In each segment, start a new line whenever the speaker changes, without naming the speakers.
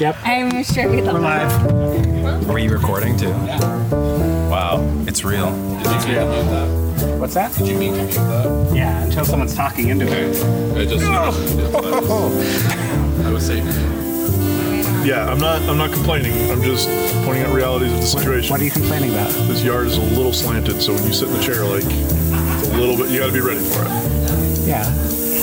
Yep.
I'm sure we
We're
love that.
live.
Were you recording too? Yeah. Wow, it's real.
Did you mute that?
What's that?
Did you mean to mute that?
Yeah, until someone's talking into it.
Okay. I just. I was saying.
Yeah, I'm not. I'm not complaining. I'm just pointing out realities of the situation.
What are you complaining about?
This yard is a little slanted, so when you sit in the chair, like it's a little bit, you got to be ready for it.
Yeah.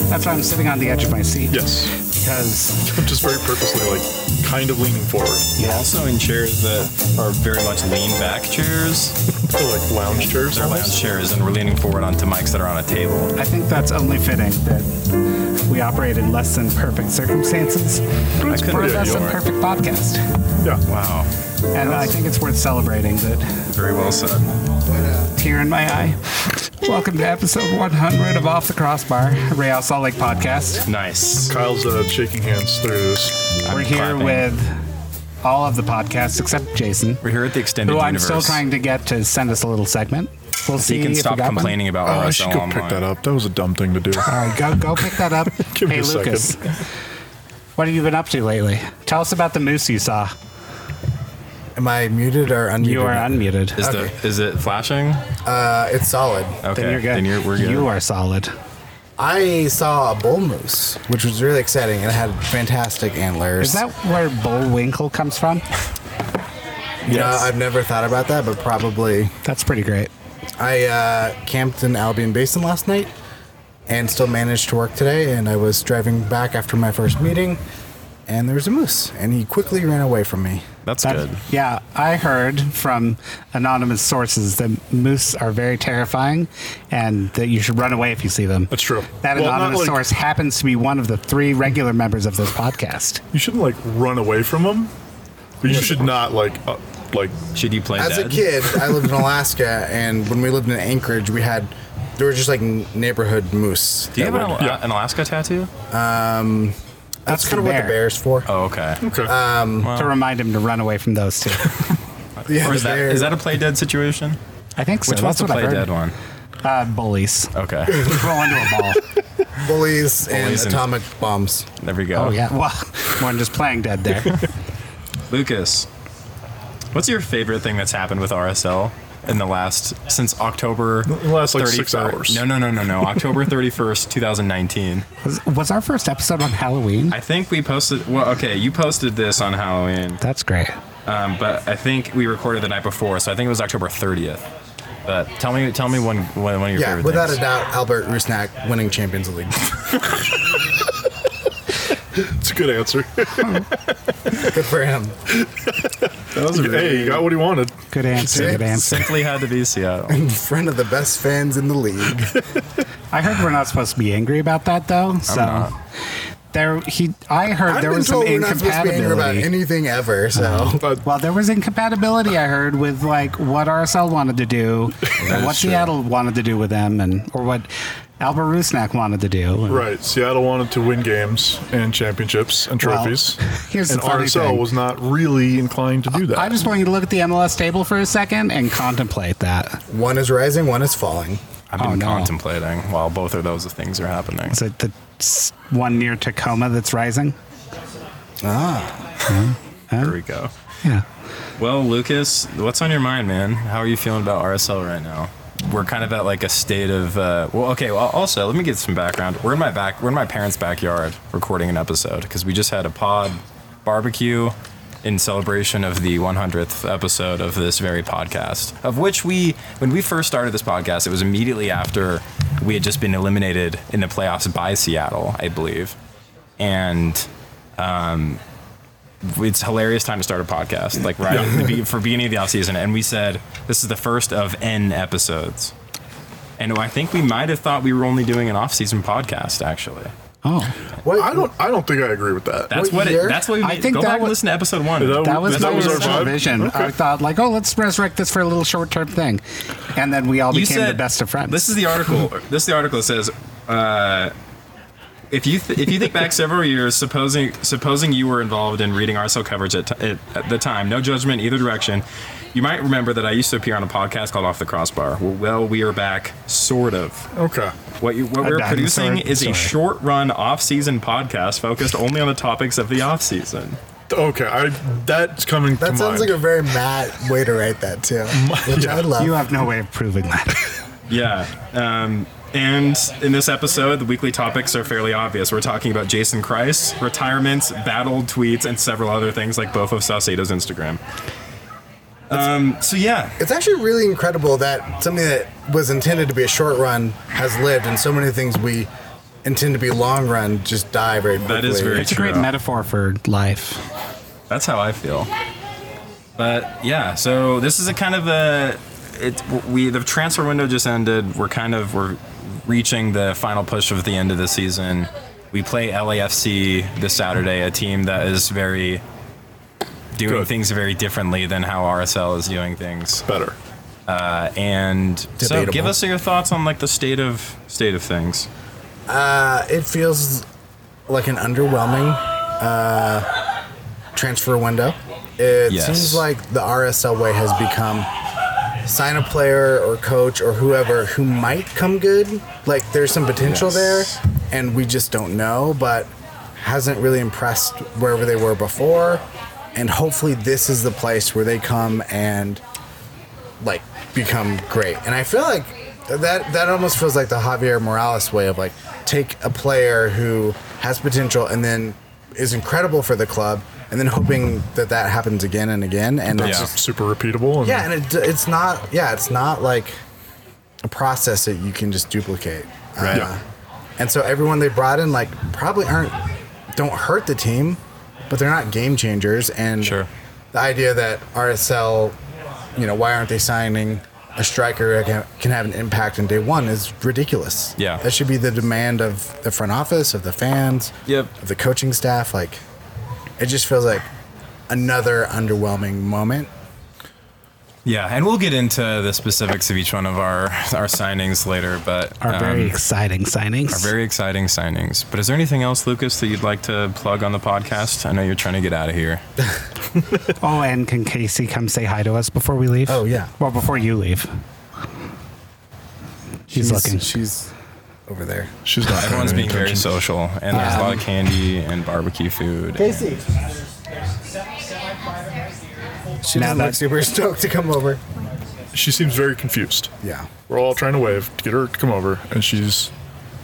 That's why I'm sitting on the edge of my seat.
Yes,
Because,
I'm just very purposely like kind of leaning forward,
You're also in chairs that are very much lean back chairs.
They're like lounge chairs.
They're
almost.
lounge chairs, and we're leaning forward onto mics that are on a table.
I think that's only fitting that we operate in less than perfect circumstances. It's
couldn't
for
agree
less than
more.
perfect podcast.
Yeah.
Wow,
And I think it's worth celebrating that
very well said.
tear in my eye. Welcome to episode 100 of Off the Crossbar, a Real Salt Lake podcast.
Nice.
Kyle's uh, shaking hands through this.
I'm
We're here
clapping.
with all of the podcasts except Jason.
We're here at the extended
Who I'm
universe.
still trying to get to send us a little segment. We'll see
He can
if we
stop
got one.
complaining about
Oh, I
RSL
should go
online.
pick that up. That was a dumb thing to do.
All right, go go pick that up.
Give me
hey,
a second.
Lucas, what have you been up to lately? Tell us about the moose you saw.
Am I muted or unmuted?
You are unmuted.
Is the is it flashing?
Uh, it's solid.
Okay,
Then you're good.
Then you're, we're good.
You are solid.
I saw a bull moose, which was really exciting, and it had fantastic antlers.
Is that where Bullwinkle comes from?
You know, I've never thought about that, but probably.
That's pretty great.
I uh, camped in Albion Basin last night, and still managed to work today. And I was driving back after my first meeting, and there was a moose, and he quickly ran away from me.
That's
That-
good.
Yeah, I heard from anonymous sources that moose are very terrifying, and that you should run away if you see them.
That's true.
That
Well, not
anonymous
like-
source happens to be one of the three regular members of this podcast.
You shouldn't like run away from them, but you should not like uh, like
Should you play
As
dead?
a kid, I lived in Alaska, and when we lived in Anchorage, we had there were just like n- neighborhood moose.
Do you have an, Al- uh,
Yeah.
an Alaska tattoo?
Um, That's
That's
kind of
the
what the
bear.
bear's for.
Oh, okay.
okay.
Um,
To remind him to run away from those two.
Yeah,
Or is
the
that
bear-
is that a play dead situation?
I think so.
Which one's
That's
the
what
play
I heard.
dead one?
Uh, bullies.
Okay.
Roll into a ball.
bullies and
Bullies and-
atomic bombs.
There we go.
Oh yeah. Well, one just playing dead there.
Lucas, what's your favorite thing that's happened with RSL in the last since October?
The last, like, six hours.
No, no, no, no, no. October thirty first, two thousand nineteen.
Was, was our first episode on Halloween?
I think we posted. Well, okay, you posted this on Halloween,
That's great.
um, but I think we recorded the night before, so I think it was October thirtieth. But tell me, tell me one one, one of your
Yeah,
favorite
without
things.
a doubt, Albert Rusnak winning Champions League.
It's a good answer.
Good for him.
hey, you got what he wanted.
Good answer. Good answer.
Simply had to be Seattle.
In front of the best fans in the league.
I heard we're not supposed to be angry about that though. So
not.
there, he. I heard
I've
there
been
was some
told we're not supposed to be angry about
incompatibility.
anything ever, so
Oh.
But
Well, there was incompatibility I heard with like what RSL wanted to do, and what Seattle wanted to do with them, and or what Albert Rusnak wanted to do. and-
Right. Seattle wanted to win games and championships and
Well,
trophies.
here's the
and
funny
RSL
thing.
was not really inclined to do that.
I just want you to look at the MLS table for a second and contemplate that.
one is rising, one is falling.
I've been
Oh, no.
contemplating while both of those things are happening.
Is it the s- one near Tacoma that's rising?
Ah. There we go.
Yeah.
Well, Lucas, what's on your mind, man? How are you feeling about RSL right now? We're kind of at like a state of uh, well, okay. Well, also, let me get some background. We're in my back, we're in my parents' backyard recording an episode because we just had a pod barbecue in celebration of the 100th episode of this very podcast, of which we, when we first started this podcast, it was immediately after we had just been eliminated in the playoffs by Seattle, I believe, and um, it's hilarious time to start a podcast, like right at the be- for beginning of the off season. And we said this is the first of n episodes, and I think we might have thought we were only doing an off season podcast. Actually,
Oh,
What?
I don't. I don't think I agree with that.
that's
What
what, it,
year?
that's what we
I
made.
think
go
that
back and
was-
listen to episode one.
That
that was
That
my
was our
original
vibe?
vision. I thought like, oh, let's resurrect this for a little short-term thing, and then we all
you
became
said
the best of friends.
This is the article. this is the article that says. Uh, if you th- if you think back several years, supposing supposing you were involved in reading RSL coverage at, t- at, at the time, no judgment either direction, you might remember that I used to appear on a podcast called Off the Crossbar. Well, well we are back, sort of.
okay.
What, you, what we're
dinosaur
producing is a
story.
short run off season podcast focused only on the topics of the off season.
Okay, I that's coming
That
to
sounds
mind.
like a very Matt way to write that too, which I love.
You have no way of proving that.
Yeah. Um, and in this episode, the weekly topics are fairly obvious. We're talking about Jason Christ, retirements, battled tweets, and several other things like both of Saucedo's Instagram. Um, so yeah,
it's actually really incredible that something that was intended to be a short run has lived, and so many things we intend to be long run just die very quickly.
That is very
It's a great
True.
metaphor for life.
that's how I feel. But yeah, so this is a kind of a it we the transfer window just ended. We're kind of we're reaching the final push of the end of the season. We play LAFC this Saturday, a team that is very doing
Good.
things very differently than how RSL is doing things.
better.
Uh, and so
Debatable.
give us your thoughts on like the state of state of things.
Uh, it feels like an underwhelming uh, transfer window. It
Yes.
seems like the RSL way has become sign a player or coach or whoever who might come good. Like there's some potential
Yes.
there, and we just don't know. But hasn't really impressed wherever they were before, and hopefully this is the place where they come and like become great. And I feel like that that almost feels like the Javier Morales way of like take a player who has potential and then is incredible for the club and then hoping that that happens again and again and it's
Yeah.
just-
Super repeatable. And
yeah and it, it's not yeah it's not like a process that you can just duplicate Uh,
Right.
Yeah.
and so everyone they brought in like probably aren't don't hurt the team but they're not game changers and
Sure.
the idea that RSL you know why aren't they signing a striker that can, can have an impact in day one is ridiculous
Yeah.
that should be the demand of the front office of the fans
Yep.
of the coaching staff like it just feels like another underwhelming moment
Yeah, and we'll get into the specifics of each one of our our signings later, but
Are very
um,
exciting signings.
are very exciting signings. But is there anything else, Lucas, that you'd like to plug on the podcast? I know you're trying to get out of here.
oh, and can Casey come say hi to us before we leave?
Oh, yeah.
Well, before you leave. She's, looking.
She's over there.
she's not. paying
Everyone's
any
being very
attention.
social, and there's a lot
Um,
of candy and barbecue food.
Casey. She
Now
doesn't look
that-
super stoked to come over.
She seems very confused.
Yeah.
We're all trying to wave to get her to come over, and she's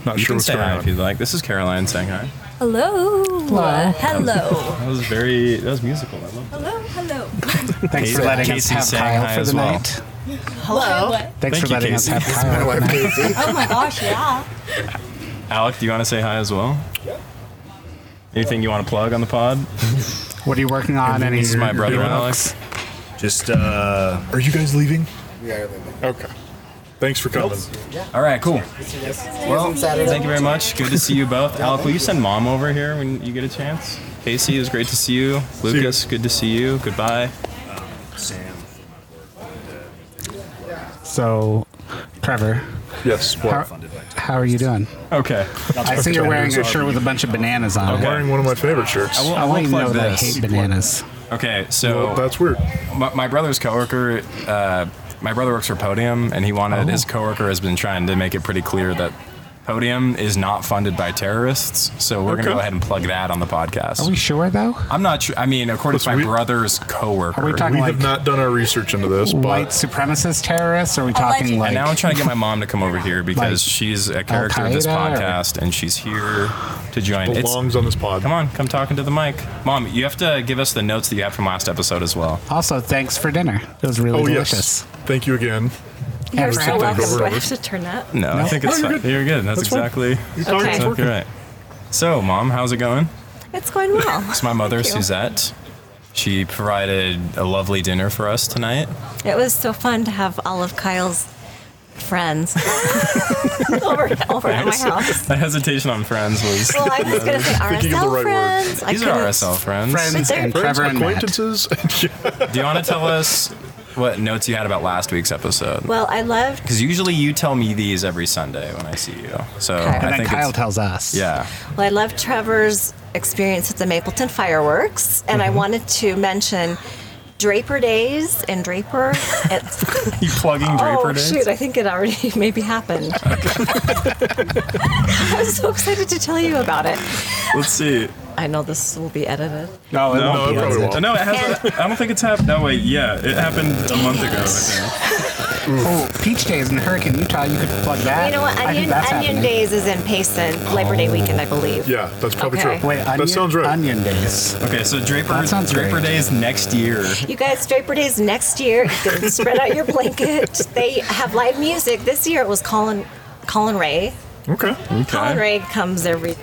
not
You
sure
can
what's
say
going
hi if you'd
on.
like. This is Caroline saying hi.
Hello. Hello. Hello.
That was very that was musical. I love that.
Hello. Hello.
Thanks for
Casey-
letting
Casey
us have
saying hi
Kyle for
as
the
well.
night.
Hello.
Thanks
Thank
for
you,
letting
Casey.
us have Kyle.
My wife, Casey.
Oh my gosh, yeah.
Alec, do you want to say hi as well? Anything you want to plug on the pod?
What are you working on? Any
This is my brother
your
Alex.
books?
Just uh,
Are you guys leaving?
We are leaving.
Okay. Thanks for coming.
All right, cool. Well,
Saturday.
thank you very much. Good to see you both. Alec, will you send mom over here when you get a chance? Casey, it was great to see you.
you. Um,
Lucas, good to see you. Goodbye.
Sam.
So, Trevor,
Yes. Well,
how, how are you doing?
Okay.
I see you're wearing a shirt with a bunch of bananas on
Okay.
it.
wearing one of my favorite shirts.
I will,
I
I
want
will
you to know
plug
that I hate
this.
bananas.
Okay, so
Well, that's weird.
my, my brother's coworker, uh, my brother works for Podium, and he
Oh.
wanted his coworker has been trying to make it pretty clear that Podium is not funded by terrorists. So we're
Okay.
gonna go ahead and plug that on the podcast.
Are we sure though?
I'm not sure. I mean, according to
Listen, we-
my brother's coworker.
Are we talking
We
like
have not done our research into this,
white
but
supremacist terrorists? Or are we talking
Allegedly.
like?
And now I'm trying to get my mom to come over here because
Like
she's a character of this
Al-Qaeda or-
podcast and she's here to join. It's,
belongs on this pod.
come on, come talking to the mic. Mom, you have to give us the notes that you had from last episode as well.
also, thanks for dinner. It was really
Oh
delicious.
yes. Thank you again.
You're
Everything
so welcome.
goes
Do I
over.
have to turn that?
No, I think it's
No,
fine.
you're
You're good. That's, exactly
Okay.
exactly right. So, mom, how's it going?
It's going well.
It's my mother,
Thank you.
Suzette. She provided a lovely dinner for us tonight.
It was so fun to have all of Kyle's friends over, over at my house.
That hesitation on friends was.
Well, I was going to say
Thinking of the
RSL
right word.
friends. I
These are
couldn't-
RSL friends.
Friends
But
and
they're-
Trevor and Matt.
Acquaintances.
Do you want to tell us what notes you had about last week's episode?
Well, I loved
Because usually you tell me these every Sunday when I see you. So
Okay.
I
And then
think
Kyle
it's,
tells us.
yeah.
Well, I love
Mm-hmm.
Trevor's experience at the Mapleton fireworks, and I wanted to mention Draper Days and Draper. It's,
You plugging Draper
oh
Days?
shoot! I think it already maybe happened. I was so excited to tell you about it.
Let's see.
I know this will be edited.
No, it
No, it
won't be.
probably
is it?
won't.
No, it has. I don't think it's happened. No, wait. Yeah, it happened a month ago. I think.
Oh, Peach Days in Hurricane, Utah. You could plug that.
You know what?
I think
Onion,
that's
onion
happening.
Days is in Payson Labor Day weekend, I believe.
Yeah, that's probably
Okay.
true.
Wait,
that
onion,
sounds right.
Onion Days.
Okay, so Draper
That sounds
Draper
great.
Days next year.
You guys, Draper Days next year. You can spread out your blanket. They have live music. This year it was Colin, Colin Ray.
Okay.
Colin Ray comes every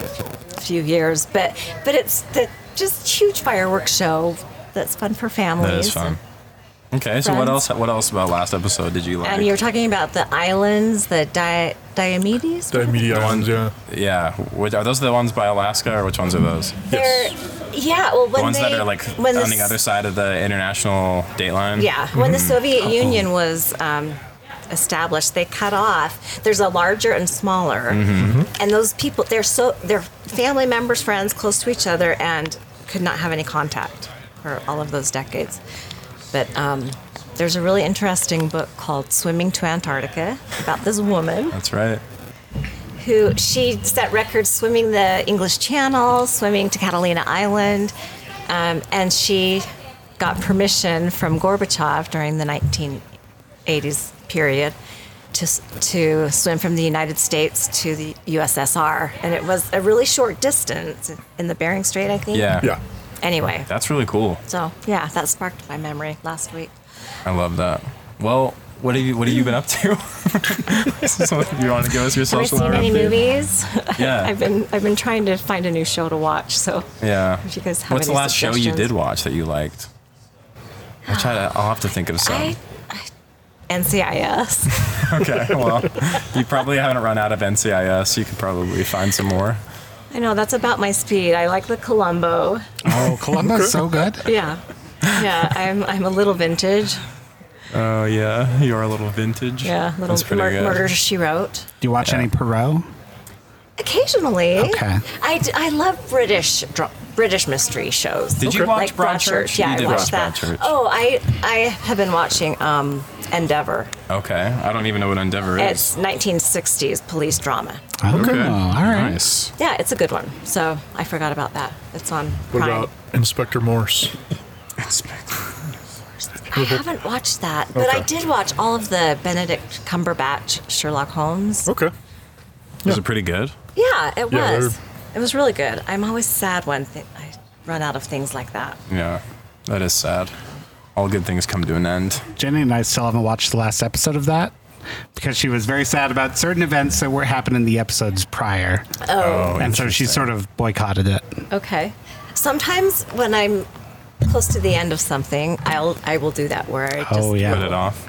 few years, but but it's the just huge fireworks show that's fun for families.
That is fun. Okay, so what
Friends.
else? What else about last episode did you like?
And you were talking about the islands, the Di- Diomedes.
The media ones, yeah.
yeah, which, are those the ones by Alaska, or which ones are those?
They're- Yeah, well, when
The ones
they,
that are like on
when
the,
the s-
other side of the international Mm-hmm. date line.
Yeah, when the Soviet Union was um, established, they cut off. There's a larger and smaller,
Mm. Mm-hmm.
and those people they're so they're family members, friends, close to each other, and could not have any contact for all of those decades. But um, there's a really interesting book called "Swimming to Antarctica" about this woman
that's right.
who she set records swimming the English Channel, swimming to Catalina Island, um, and she got permission from Gorbachev during the 1980s period to s- to swim from the United States to the USSR, and it was a really short distance in the Bering Strait, I think.
Yeah.
Yeah.
Anyway,
That's really cool.
so yeah, that sparked my memory last week.
I love that. Well, what have you What have you been up to? so you want to give us your
Have I
social
seen
hour
any
update?
movies?
Yeah.
I've been I've been trying to find a new show to watch. So
Yeah.
If you guys have
What's the
any
last show you
suggestions.
did watch that you liked? I'll try to. I'll have to think of some.
I, I NCIS.
Okay. Well, you probably haven't run out of NCIS. You could probably find some more.
I know that's about my speed. I like the Columbo.
Oh, Columbo's so good.
Yeah, yeah. I'm I'm a little vintage.
Oh yeah, you are a little vintage.
Yeah, little
That's pretty
mur-
good.
murder she wrote.
Do you watch any Perot?
Occasionally.
Okay.
I, d- I love British dra- British mystery shows.
Did you watch Broadchurch?
Broadchurch? Yeah,
You
I
did watch
watched that.
Broadchurch.
Oh, I I have been watching um, Endeavor.
Okay. I don't even know what Endeavor
It's
is.
1960s police drama.
Oh,
Okay.
all right.
Nice.
Yeah, it's a good one. So I forgot about that. It's on
What
Prime.
about Inspector Morse?
I haven't watched that, but I
Okay.
did watch all of the Benedict Cumberbatch Sherlock Holmes.
Okay.
Was it pretty good?
Yeah, it
Yeah,
was.
they're-
It was really good. I'm always sad when th- I run out of things like that.
Yeah. That is sad. All good things come to an end.
Jenny and I still haven't watched the last episode of that because she was very sad about certain events that were happening in the episodes prior,
Oh.
and so she sort of boycotted it.
Okay. Sometimes when I'm close to the end of something, I'll I will do that where I just
Oh yeah.
Put it off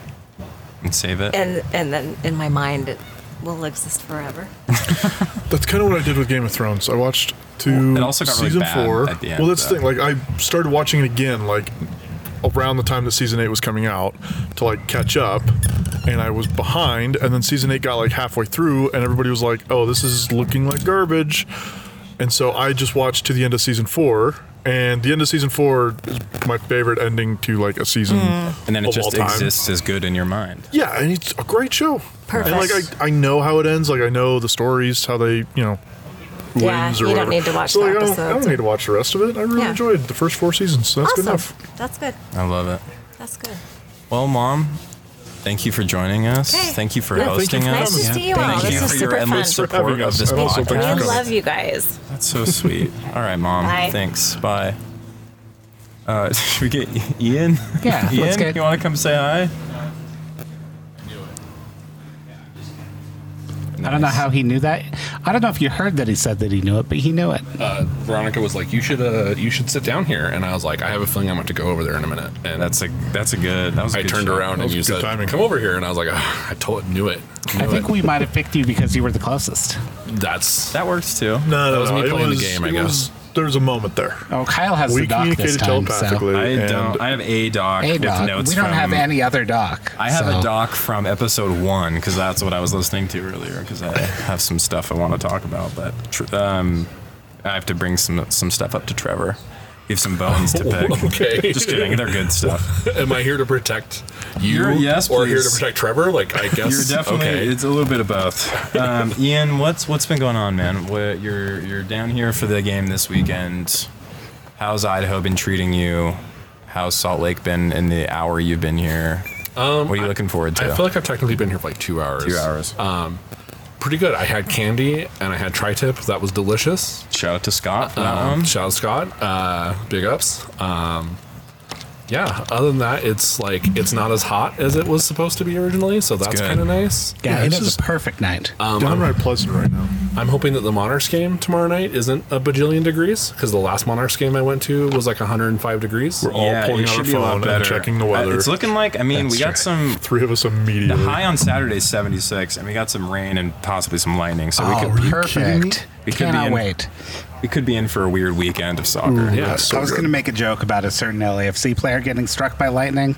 and save it.
and and then in my mind it will exist forever.
That's kind of what I did with Game of Thrones. I watched to
It also got really
season
bad
four.
at the end,
well, that's the
though.
thing. Like, I started watching it again, like around the time that season eight was coming out, to like catch up. And I was behind, and then season eight got like halfway through, and everybody was like, "Oh, this is looking like garbage." And so I just watched to the end of season four, and the end of season four is my favorite ending to like a season.
Mm.
Mm. And then it
of all
just
time.
exists as good in your mind.
Yeah, and it's a great show.
Perfect.
And like I, I know how it ends. Like I know the stories, how they, you know, who
Yeah,
wins
you
or
don't
whatever.
need to watch
so,
the
like, I don't, I
episodes.
don't need to watch the rest of it. I really
Yeah.
enjoyed the first four seasons. So that's
awesome.
good enough.
That's good.
I love it.
That's good.
Well, mom, thank you for joining us.
Okay.
Thank you for
Yeah, thank you
hosting
for
us.
having
Nice to us. see you all.
Thank
This
you
was
for your
super
endless
fun.
For having
support of
us.
this
And also
podcast.
for
I
Thanks for
love you guys.
That's so sweet. All right, mom.
Bye.
Thanks. Bye. Uh, should we get Ian?
Yeah,
Ian,
let's get-
you want to come say hi?
I don't know how he knew that. I don't know if you heard that he said that he knew it, but he knew it.
Uh, Veronica was like, "You should, uh, you should sit down here," and I was like, "I have a feeling I'm about to go over there in a minute." And
That's a that's a good. That was. a
I
good
turned
shot.
around and
was
you said,
good timing.
"Come over here," and I was like, "Ah, "I told, knew it."
I think we might have picked you because you were the closest.
That's
That works
No,
too.
That
no,
was
no.
me
it
playing the
was-
game, I
it was-
guess.
There was a moment there.
Oh, Kyle has
we
the doc this
communicated
time. So.
telepathically.
I
and
don't. I have a doc
Hey,
with
doc.
notes.
We don't
from,
have any other doc.
I have
so-
a doc from episode one because that's what I was listening to earlier because I have some stuff I want to talk about, but tr- um, I have to bring some some stuff up to Trevor. You have some bones to pick.
Oh, Okay.
Just kidding. They're good stuff.
Am I here to protect you
You're- yes,
or here to
please.
protect Trevor? Like I guess
You're definitely.
okay.
It's a little bit of both. Um, Ian, what's what's been going on, man? What, you're you're down here for the game this weekend. How's Idaho been treating you? How's Salt Lake been in the hour you've been here? Um, what are you looking forward to?
I feel like I've technically been here for like two hours. Um,
Two hours.
Pretty good. I had candy and I had tri-tip. That was delicious.
Shout out to Scott for that
Um,
one.
shout out Scott. Uh, big ups. Um, yeah. Other than that, it's like it's not as hot as it was supposed to be originally, so that's
good.
kind of nice. Um,
Yeah,
Yeah,
it
this
is
is-
a perfect night.
Downright pleasant right now.
I'm hoping that the Monarchs game tomorrow night isn't a bajillion degrees because the last Monarchs game I went to was like 105 degrees.
We're all pulling
it
out our
should be a lot
phone and
better.
checking the weather.
Uh, It's looking like. I mean, we got some.
Three of us immediately.
The high on Saturday is 76, and we got some rain and possibly some lightning, so we
Oh,
could
kidding me?
perfect.
We could be
We cannot
in-
wait.
we could be in for a weird weekend of soccer.
Yeah.
I was going to make a joke about a certain LAFC player getting struck by lightning,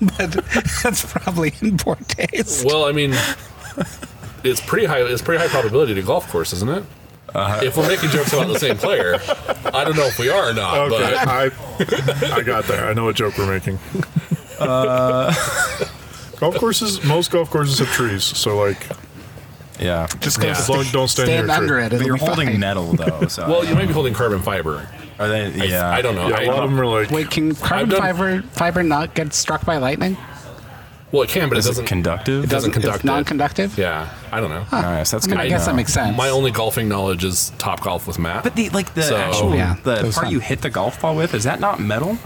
but that's probably in poor taste.
Well, I mean, it's pretty high. It's pretty high probability to golf course, isn't it? If we're making jokes about the same player, I don't know if we are or not.
Okay,
But
I, I got there. I know what joke we're making. golf courses, most golf courses have trees, so like,
Yeah.
Just go
Yeah.
as
st-
long as don't stand, near a tree.
stand under it.
But
It'll
you're
be fine.
holding nettle though, so
well, you might be holding carbon fiber.
are they? Yeah,
I don't know.
Yeah,
I
a lot of them are like,
Wait, can carbon
done-
fiber fiber not get struck by lightning?
well, it can, but it
Is it
doesn't.
conductive?
it doesn't conduct.
It's
it.
non-conductive.
Yeah, I don't know.
Nice. That's
I mean,
good.
I
to
guess
know.
that makes sense.
My only golfing knowledge is top golf with Matt.
But the like the
So-
actual
Yeah,
the
those
part
sound-
you hit the golf ball with is that not metal?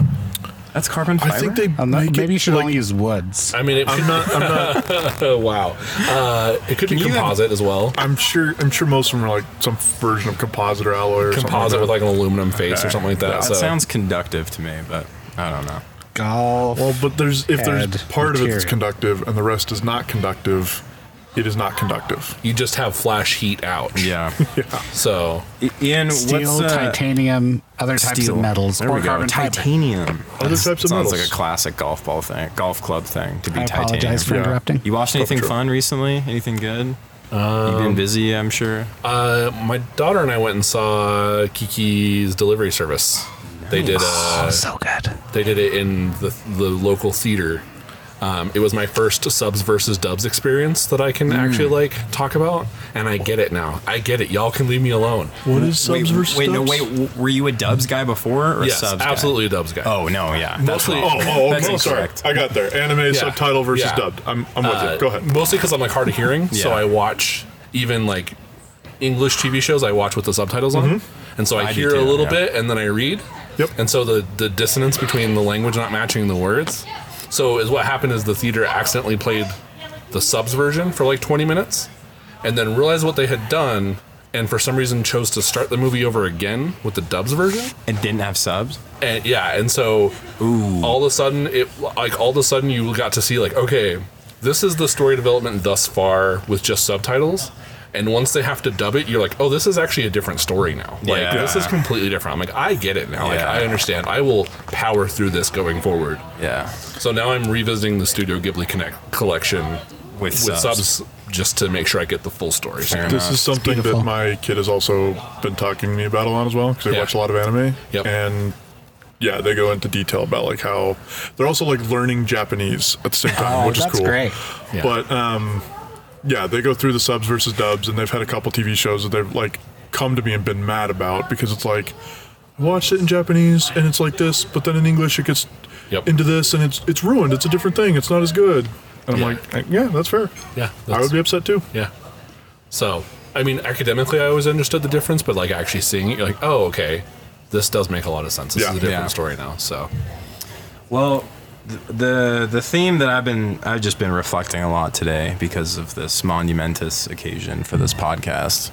That's carbon fiber.
I think they
Um,
make
maybe
it,
you should
like,
only use woods.
I mean, it
I'm
could,
not. I'm not.
wow. Uh, it could be
you have-
composite as well.
I'm sure. I'm sure most of them are like some version of composite or alloy or
Composite
something
with like an aluminum face or
Okay.
something like that.
that
so.
sounds conductive to me, but I don't know.
Golf.
Well, but there's if there's
Add
part of it that's
material.
conductive and the rest is not conductive, it is not conductive.
you just have flash heat out.
Yeah.
So
I- Ian,
steel,
what's uh,
titanium, other types
steel.
of metals,
There
or
we go.
carbon fiber.
Titanium.
Other types of
Sounds
metals.
like a classic golf ball thing, golf club thing to be
I
titanium.
apologize for
Yeah.
interrupting.
You watched anything
trip. Um,
fun recently? Anything good? You've been busy, I'm sure.
Uh, my daughter and I went and saw Kiki's Delivery Service. They did
oh,
uh,
so good.
they did it in the the local theater. Um, it was my first subs versus dubs experience that I can
Mm.
actually like talk about, and I get it now. I get it. Y'all can leave me alone.
What is subs
wait,
versus
wait, no,
dubs?
wait. w- Were you a Dubs guy before or
yes,
a Subs? guy?
absolutely a dubs guy.
Oh no, yeah. That's
Mostly-
Oh,
wrong.
oh,
That's
okay. Oh, sorry.
incorrect.
I got there. Anime subtitle versus
yeah.
dubbed. I'm, I'm with
Uh,
you. Go ahead.
Mostly because I'm like hard of hearing, so
Yeah.
I watch even like English TV shows. I watch with the subtitles on, and so I,
Mm-hmm. I do
hear
too,
a little
yeah.
bit and then I read.
Yep.
And so the the dissonance between the language not matching the words. So is what happened is the theater accidentally played the subs version for like 20 minutes, and then realized what they had done, and for some reason chose to start the movie over again with the dubs version
And didn't have subs.
and yeah, and so all of a sudden it like all of a sudden you got to see like okay, this is the story development thus far with just subtitles. And once they have to dub it, you're like, oh, this is actually a different story now. Like
Yeah.
this is completely different. I'm like, I get it now. Like
Yeah.
I understand. I will power through this going forward.
Yeah.
So now I'm revisiting the Studio Ghibli Connect collection
With,
with subs just to make sure I get the full story. So-
Fair
This
enough.
is something that
beautiful.
my kid has also been talking to me about a lot as well because they
Yeah.
watch a lot of anime.
Yep.
And yeah, they go into detail about like how they're also like learning Japanese at the same time,
Oh,
which is
that's
cool.
great.
Yeah.
But um, yeah, they go through the subs versus dubs, and they've had a couple TV shows that they've like come to me and been mad about because it's like I watched it in Japanese and it's like this, but then in English it gets
Yep.
into this and it's it's ruined. It's a different thing. It's not as good. And I'm
Yeah.
like, "Uh, yeah, that's fair.
Yeah,
I
that's-
would be upset too.
Yeah. So, I mean, academically, I always understood the difference, but like actually seeing it, you're like, oh, okay, this does make a lot of sense. This
Yeah.
is a different
Yeah.
story now. So,
Well, th- the the theme that I've been I've just been reflecting a lot today because of this monumentous occasion for this podcast.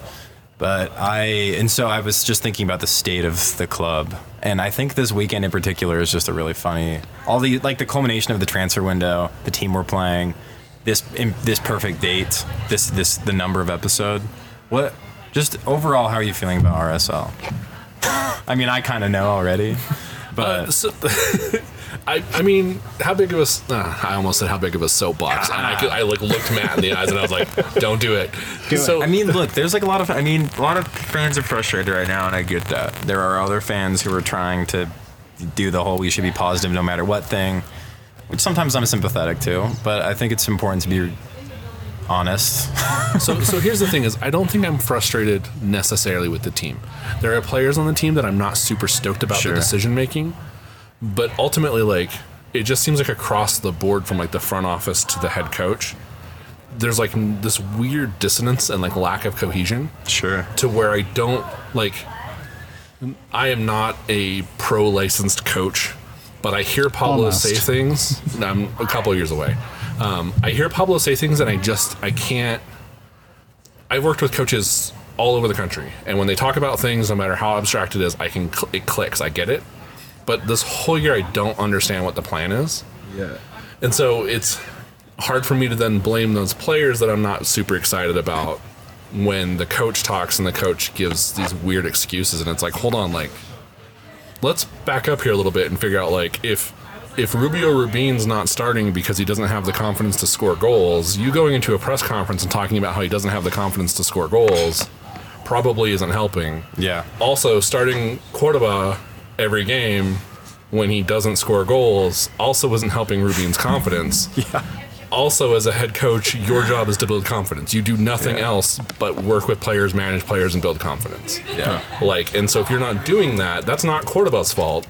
But I and so I was just thinking about the state of the club, and I think this weekend in particular is just a really funny. All the like the culmination of the transfer window, the team we're playing, this in, this perfect date, this this the number of episode. What just overall, how are you feeling about RSL? I mean, I kind of know already, but
so Uh, I, I mean, how big of a? s- Uh, I almost said how big of a soapbox, and I, could, I like looked Matt in the eyes, and I was like, "Don't do it." so
I mean, look, there's like a lot of, I mean, a lot of fans are frustrated right now, and I get that. There are other fans who are trying to do the whole we should be positive no matter what thing, which sometimes I'm sympathetic to, but I think it's important to be honest.
So, so here's the thing: is I don't think I'm frustrated necessarily with the team. There are players on the team that I'm not super stoked about
Sure.
the decision making, but ultimately, like it just seems like across the board, from like the front office to the head coach, there's like n- this weird dissonance and like lack of cohesion
Sure.
to where I don't like. I am not a pro licensed coach, but I hear Pablo
Almost.
say things. and I'm a couple of years away. Um, I hear Pablo say things, and I just I can't. I've worked with coaches all over the country, and when they talk about things, no matter how abstract it is, I can cl- it clicks. I get it, but this whole year I don't understand what the plan is.
Yeah.
And so it's hard for me to then blame those players that I'm not super excited about when the coach talks and the coach gives these weird excuses and it's like, hold on, like let's back up here a little bit and figure out like if if Rubio Rubin's not starting because he doesn't have the confidence to score goals, you going into a press conference and talking about how he doesn't have the confidence to score goals probably isn't helping
Yeah.
also starting Cordoba every game when he doesn't score goals also isn't helping Rubin's confidence. yeah. Also, as a head coach, your job is to build confidence. You do nothing
Yeah.
else but work with players, manage players, and build confidence.
Yeah.
Like, and so if you're not doing that, that's not Cordoba's fault.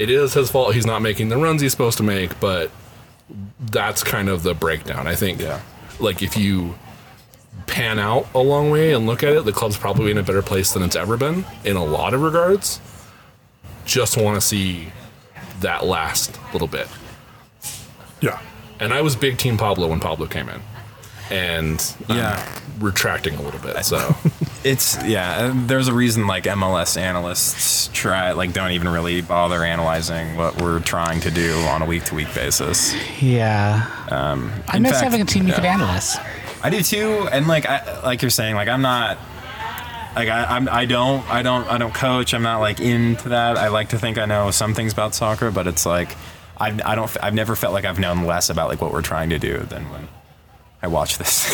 It is his fault. He's not making the runs he's supposed to make, but that's kind of the breakdown. I think,
Yeah.
like, if you pan out a long way and look at it, the club's probably in a better place than it's ever been in a lot of regards. Just want to see that last little bit.
Yeah.
And I was big team Pablo when Pablo came in, and um, I'm
Yeah.
retracting a little bit. So
It's yeah. and There's a reason like MLS analysts try like don't even really bother analyzing what we're trying to do on a week to week basis. Um,
Yeah. I
in
miss
fact-
having a team you could
yeah.
analyze.
I do too, and like I like you're saying, like I'm not like I I'm, I don't I don't I don't coach. I'm not like into that. I like to think I know some things about soccer, but it's like I I don't I've never felt like I've known less about like what we're trying to do than when I watch this.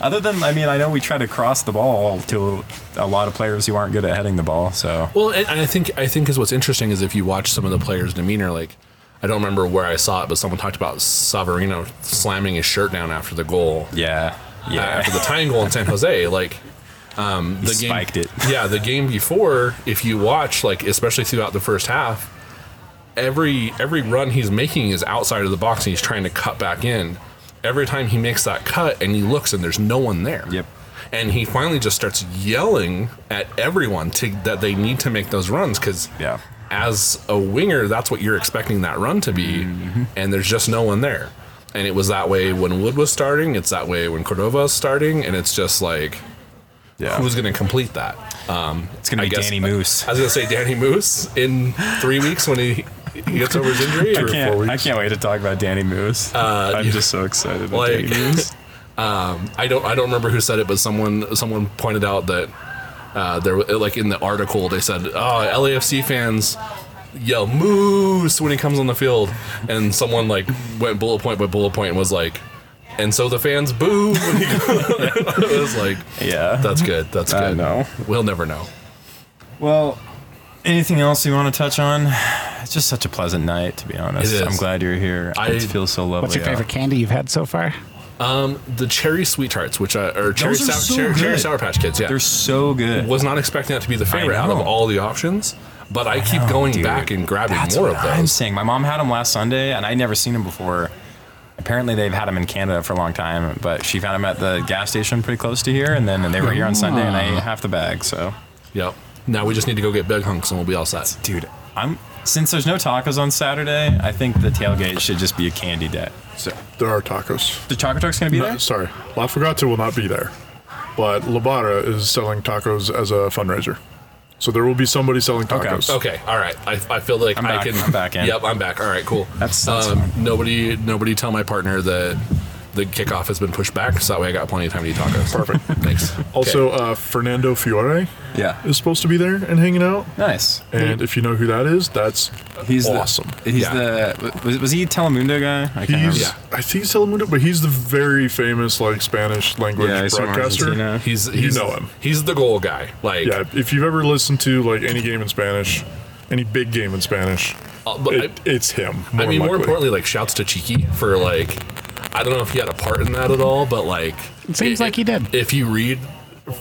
Other than I mean, I know we try to cross the ball to a lot of players who aren't good at heading the ball. So
Well, and, and I think I think is what's interesting is if you watch some of the players' demeanor, like I don't remember where I saw it, but someone talked about Savarino slamming his shirt down after the goal,
yeah,
uh,
yeah,
after the tying goal in San Jose, like. Um, the game,
spiked it.
yeah, the game before, if you watch, like especially throughout the first half, every every run he's making is outside of the box, and he's trying to cut back in. Every time he makes that cut, and he looks, and there's no one there.
Yep.
And he finally just starts yelling at everyone to, that they need to make those runs because,
Yeah.
as a winger, that's what you're expecting that run to be,
Mm-hmm.
and there's just no one there. And it was that way when Wood was starting. It's that way when Cordova is starting, and it's just like
yeah.
who's going to complete that? Um,
it's gonna
I
be
guess-
Danny Moose.
I was going to say Danny Moose in three weeks when he, he gets over his injury.
I
or four
can't,
weeks. Uh,
I can't wait to talk about Danny Moose. I'm just so excited. about
like- um,
Danny Moose.
I don't I don't remember who said it, but someone someone pointed out that uh, there were- like in the article they said, "Oh, LAFC fans yell moose when he comes on the field," and someone like went bullet point by bullet point and was like, "And so the fans boo." When he it was like,
Yeah.
that's good. That's good.
I know.
We'll never know.
Well, anything else you want to touch on? It's just such a pleasant night, to be honest.
It is.
I'm glad you're here.
I-
it feels so lovely.
What's your
out.
favorite candy you've had so far?
Um, The cherry sweet tarts, which I, or cherry
Those are
sour,
so
cherry, cherry
good.
sour patch kids, yeah,
They're so good.
was not expecting that to be the favorite out of
know.
all the options. But I, keep going
Dude,
back and grabbing
that's
more
what
of those.
I'm saying. My mom had them last Sunday, and I'd never seen them before. Apparently, they've had them in Canada for a long time, but she found them at the gas station pretty close to here, and then they were here on Sunday, and I ate half the bag. So,
Yep. Now we just need to go get big hunks and we'll be all set.
dude, I'm since there's no tacos on Saturday, I think the tailgate should just be a candy day. So,
There are tacos.
the taco truck's gonna be
No,
there.
sorry. La Fogata will not be there, but Labara is selling tacos as a fundraiser. So there will be somebody selling
Okay.
tacos.
Okay. All right. I, I feel like
I'm
I
back.
can.
I'm back in.
Yep. I'm back. All right. Cool. Um,
That's- that's
nobody. Nobody tell my partner that the kickoff has been pushed back, so that way I got plenty of time to eat tacos.
Perfect.
Thanks.
Also, uh, Fernando Fiore
Yeah.
is supposed to be there and hanging out.
Nice.
And if you know who that is, that's
He's the-
awesome.
he's
Yeah.
the was, was he Telemundo guy? I can't
He's,
Yeah.
I think he's Telemundo, but he's the very famous like Spanish language
remember. he's from
broadcaster.
Argentina.
he's, he's
know him.
He's the goal guy. Like,
Yeah, if you've ever listened to like any game in Spanish, any big game in Spanish,
Uh, but
it- it's him.
I mean, more
likely.
importantly, like shouts to Cheeky for like, I don't know if he had a part in that at all, but like,
It seems like he did.
If you read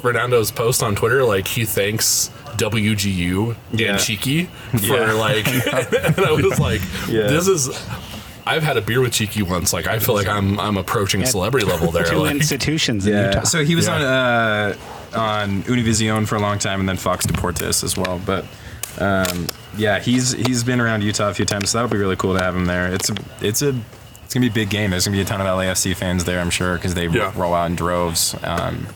Fernando's post on Twitter, like he thanks WGU
Yeah.
and Cheeky for
Yeah.
like, and I was like,
Yeah.
this is. I've had a beer with Cheeky once. Like I feel like I'm I'm approaching celebrity level there.
Two
Like,
institutions in
Yeah.
Utah.
So he was
Yeah.
on uh, on Univision for a long time, and then Fox Deportes as well. But um, yeah, he's he's been around Utah a few times, so that'll be really cool to have him there. It's a it's a it's gonna be a big game. There's gonna be a ton of LAFC fans there, I'm sure, because they
Yeah.
roll out in droves. Um,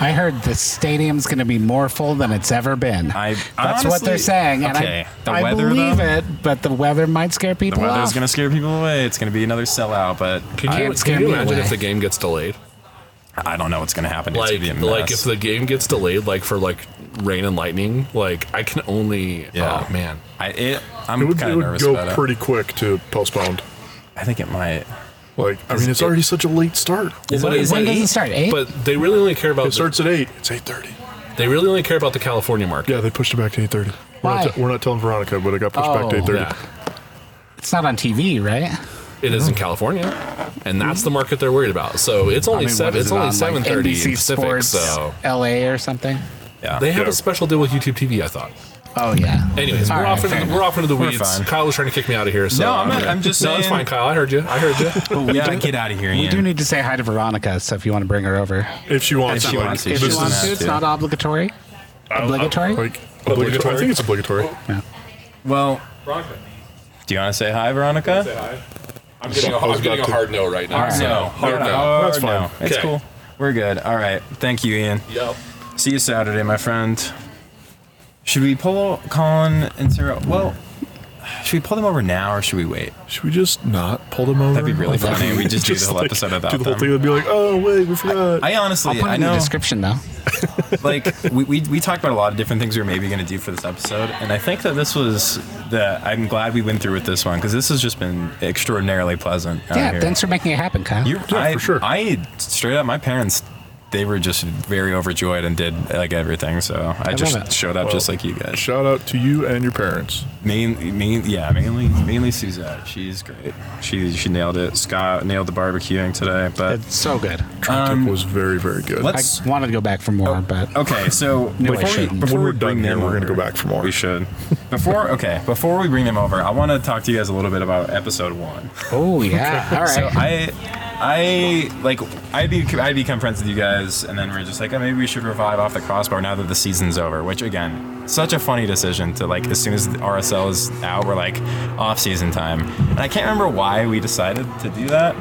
I heard the stadium's going to be more full than it's ever been.
I-
That's what
honestly-
they're saying, and
okay.
I,
The
I
weather,
believe
though?
it. But the weather might scare
the
people
weather's
off.
gonna scare people away. It's gonna be another sellout, but
can you,
It's
can
gonna
you
be
imagine
away.
if the game gets delayed?
I don't know what's gonna happen. It's
like
gonna be a
like
mess.
if the game gets delayed like for like rain and lightning like i can only
Yeah.
oh man
I, it,
it
I'm
would,
kind
it
of
would
nervous about
go
it.
pretty quick to postpone.
I think it might.
Like, I mean, it's already such a late start.
Is it- is
when does it start? Eight?
but they really only care about
It
the,
starts at eight. It's eight thirty.
they really only care about the california market
Yeah, they pushed it back to eight thirty. We're,
Why?
not te- we're not telling Veronica, but it got pushed back to
Oh.
eight thirty.
yeah
it's not on TV, right?
it is in california and that's the market they're worried about so Oh, it's only
I mean, what
seven
is
it's
it
only
on, like,
7 30
NBC
pacific
Sports,
so
LA or something.
Yeah.
they have
Yeah.
a special deal with youtube tv i thought
Oh yeah.
anyways
All
we're
right,
off
fair
into, we're off into the
We're
weeds
fine.
kyle was trying to kick me out of here so
No, I'm not- I'm just
no it's
saying-
fine kyle i heard you i heard you
But we
yeah,
do-
get out of here.
We
Ian.
do need to say hi to Veronica, so if you want to bring her over,
If she wants,
If she
to, like,
wants to,
if
this
you
is-
want to,
not-
it's
yeah.
not obligatory. Obligatory.
like obligatory. I think it's obligatory.
Well, do you want to say hi, Veronica?
i'm getting a,
I'm getting a hard
no right
All right.
No,
Hard no.
Hard
That's fine.
no. It's
Okay.
cool. We're good. All right. Thank you, Ian.
yep
See you Saturday, my friend. Should we pull Colin and Sarah? Well, should we pull them over now or should we wait?
Should we just not pull them over?
That'd be really
Like,
funny. We just do the whole
like,
episode about
do the whole
them.
thing. It'd be like, oh wait, we forgot.
I
I'll
honestly,
put it
I
in the
know,
description though.
like, we, we, we talked about a lot of different things we were maybe going to do for this episode. And I think that this was the, I'm glad we went through with this one because this has just been extraordinarily pleasant. out
Yeah,
here.
thanks for making it happen, Kyle.
You,
Yeah,
I,
for sure.
I straight up, my parents, they were just very overjoyed and did like everything. So I,
love
just
it.
showed up just like you guys.
Shout out to you and your parents.
Main, main, yeah, mainly, mainly Suzette. She's great. She she nailed it. Scott nailed the barbecuing today. But
it's so good.
Um, was very very good.
I
let's Oh,
wanted to go back for more, but
okay. So
No,
before,
I
we,
shouldn't.
before
When
we
we're done
bring
here,
them
we're gonna
over-
go back for more.
We should. Before okay, before we bring them over, I want to talk to you guys a little bit about episode one.
oh yeah, all right.
So I, I like I be I become friends with you guys, and then we're just like, oh, maybe we should revive off the crossbar now that the season's over. Which again, such a funny decision to like as soon as the RSL is out, we're like off season time, and I can't remember why we decided to do that,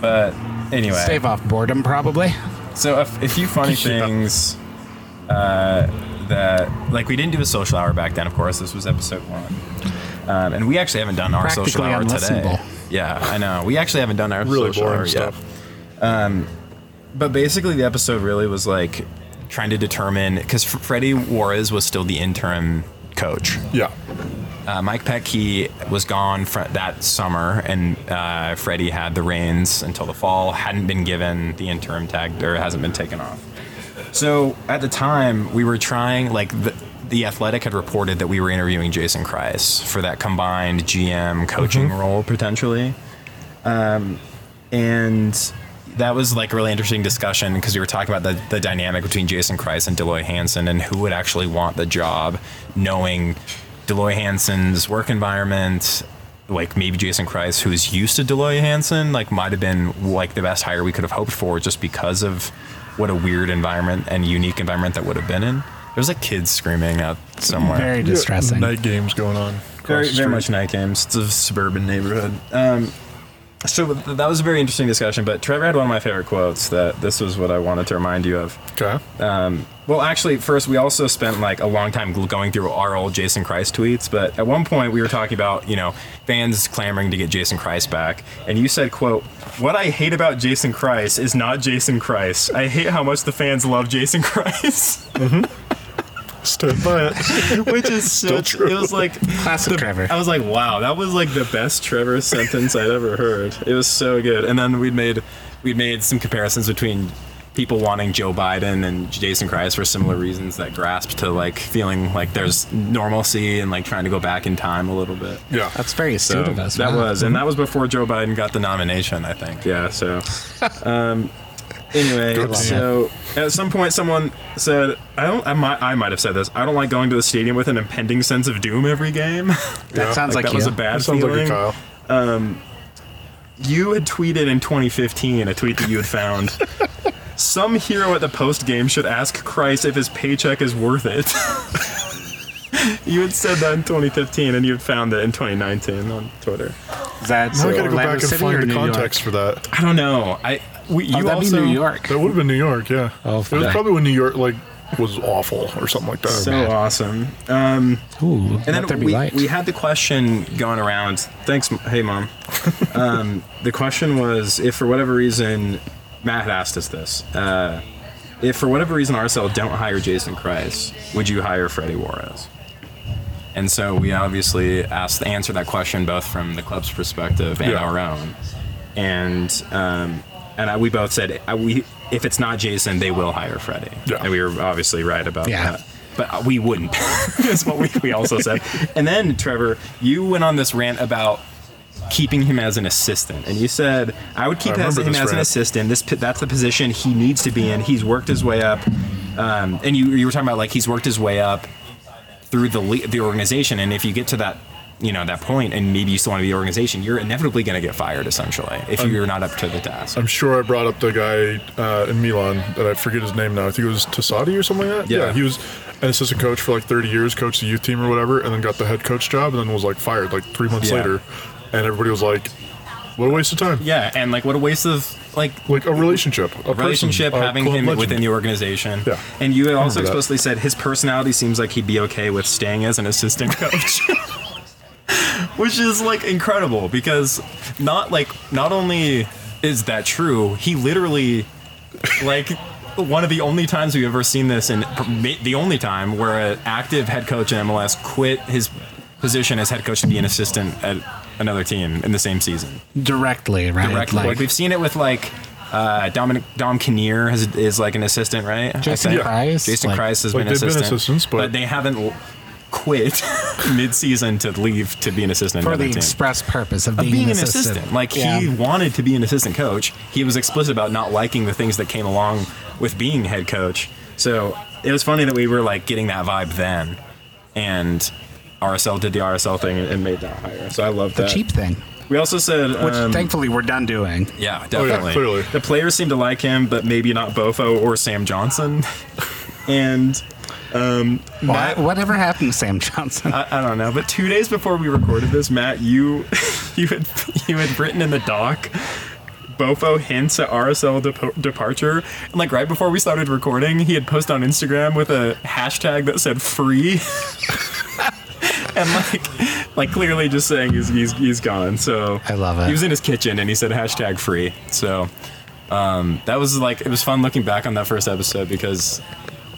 but anyway.
Stave off boredom, probably.
So a, a few funny things uh, that like we didn't do a social hour back then. Of course, this was episode one, um, and we actually haven't done our social
Practically
hour today.
unlistenable.
Yeah, I know. We actually haven't done our
Really
social
boring
hour
stuff.
yet. Um, But basically, the episode really was like trying to determine because Freddie Juarez was still the interim coach.
Yeah.
Uh, Mike Petke was gone fr- that summer, and uh, Freddie had the reins until the fall. Hadn't been given the interim tag, or hasn't been taken off. So at the time, we were trying like the. The Athletic had reported that we were interviewing Jason Kreis for that combined GM coaching role potentially, um, and that was like a really interesting discussion because we were talking about the, the dynamic between Jason Kreis and Deloy Hansen and who would actually want the job, knowing Deloy Hansen's work environment. Like maybe Jason Kreis, who's used to Deloy Hansen, like might have been like the best hire we could have hoped for just because of what a weird environment and unique environment that would have been in. There was like kids screaming out somewhere
Very distressing.
Night games going on. across
very,
the
very
street.
much night games. It's a suburban neighborhood. Um, So th- that was a very interesting discussion. But Trevor had one of my favorite quotes. That this was what I wanted to remind you of.
Okay.
Um, well, actually, first we also spent like a long time gl- going through our old Jason Christ tweets, but at one point we were talking about you know fans clamoring to get Jason Christ back, and you said, "quote What I hate about Jason Christ is not Jason Christ. I hate how much the fans love Jason Christ."
Mm-hmm. Stand by it.
Which is so
true.
It was like
Classic
the-
Trevor.
I was like, wow, that was like the best Trevor sentence I'd ever heard. It was so good. And then we'd made we'd made some comparisons between people wanting Joe Biden and Jason Christ for similar reasons that grasp to like feeling like there's normalcy and like trying to go back in time a little bit.
Yeah.
That's very
So
astute of us.
that
wow.
was, and that was before Joe Biden got the nomination, I think. Yeah. So, um, anyway,
luck.
so at some point, someone said, "I don't. I might. I might have said this. I don't like going to the stadium with an impending sense of doom every game.
That sounds like,
that
you.
was a bad
that sounds like
feeling.
a
Um,
Kyle.
You had tweeted in 2015 a tweet that you had found. Some hero at the post game should ask Christ if his paycheck is worth it. you had said that in 2015, and you had found it in 2019 on Twitter.
Is that
Now I gotta go
Orlando
back and
City or
find the
New
context for that.
I don't know. I we, you
York? Oh, that'd
also
be New York.
That would have been New York, yeah.
Oh,
it was
fuck.
probably when New York like was awful or something like that.
So awesome. Um,
Ooh,
and
let there
then
be
we,
light.
we had the question going around. Thanks, m- hey mom. um, the question was if for whatever reason Matt had asked us this. Uh, if for whatever reason RSL don't hire Jason Christ, would you hire Freddie Juarez? And so we obviously asked to answer that question both from the club's perspective and
Yeah.
our own. And um, and I, we both said I, we if it's not Jason, they will hire Freddie.
Yeah.
And we were obviously right about
Yeah.
that. But we wouldn't. That's what we, we also said. And then Trevor, you went on this rant about keeping him as an assistant, and you said I would keep
I remember
him
this
as an
rant.
assistant. This p- that's the position he needs to be in. He's worked his way up, um, and you you were talking about like he's worked his way up through the le- the organization, and if you get to that. You know that point, and maybe you still want to be the organization. You're inevitably going to get fired, essentially, if you're not up to the task.
Um, I'm sure I brought up the guy uh, in Milan that I forget his name now. I think it was Tassadi or something like that.
Yeah.
he was an assistant coach for like 30 years, coached the youth team or whatever, and then got the head coach job, and then was like fired like three months
Yeah.
later. And everybody was like, "What a waste of time!"
yeah, and like what a waste of like
Like a relationship, a person,
relationship,
a
having
club
him
legend.
within the organization.
Yeah.
And you had also
remember that.
explicitly said his personality seems like he'd be okay with staying as an assistant coach. Which is like incredible because not like not only is that true, he literally like one of the only times we've ever seen this and the only time where an active head coach in MLS quit his position as head coach to be an assistant at another team in the same season
Directly, right?
directly. Like,
Like,
we've seen it with like uh, Dominic Dom Kinnear has, is like an assistant, right?
Jason
I think.
Christ,
Jason
like-
Christ has
Like,
been
they've been
assistant,
assistants, but-
they haven't l- quit mid-season to leave to be an assistant
for
in
the
another team.
express purpose of
Of
being,
being an
assistant.
assistant, like he
Yeah.
wanted to be an assistant coach. He was explicit about not liking the things that came along with being head coach. So it was funny that we were like getting that vibe then, and RSL did the RSL thing and, and made that hire. So I love
the
that.
cheap thing,
We also said
which
um,
thankfully we're done doing.
yeah,
Oh,
definitely.
Oh, clearly.
The players seem to like him, but maybe not Bofo or Sam Johnson. and um,
Matt, whatever happened to Sam Johnson?
I, I don't know. But two days before we recorded this, Matt, you you had you had written in the doc. Bofo hints at RSL dep- departure, and like right before we started recording, he had posted on Instagram with a hashtag that said "free," and like, like clearly just saying he's he's, he's gone. So
I love it.
He was in his kitchen and he said hashtag "free." So um, that was like it was fun looking back on that first episode because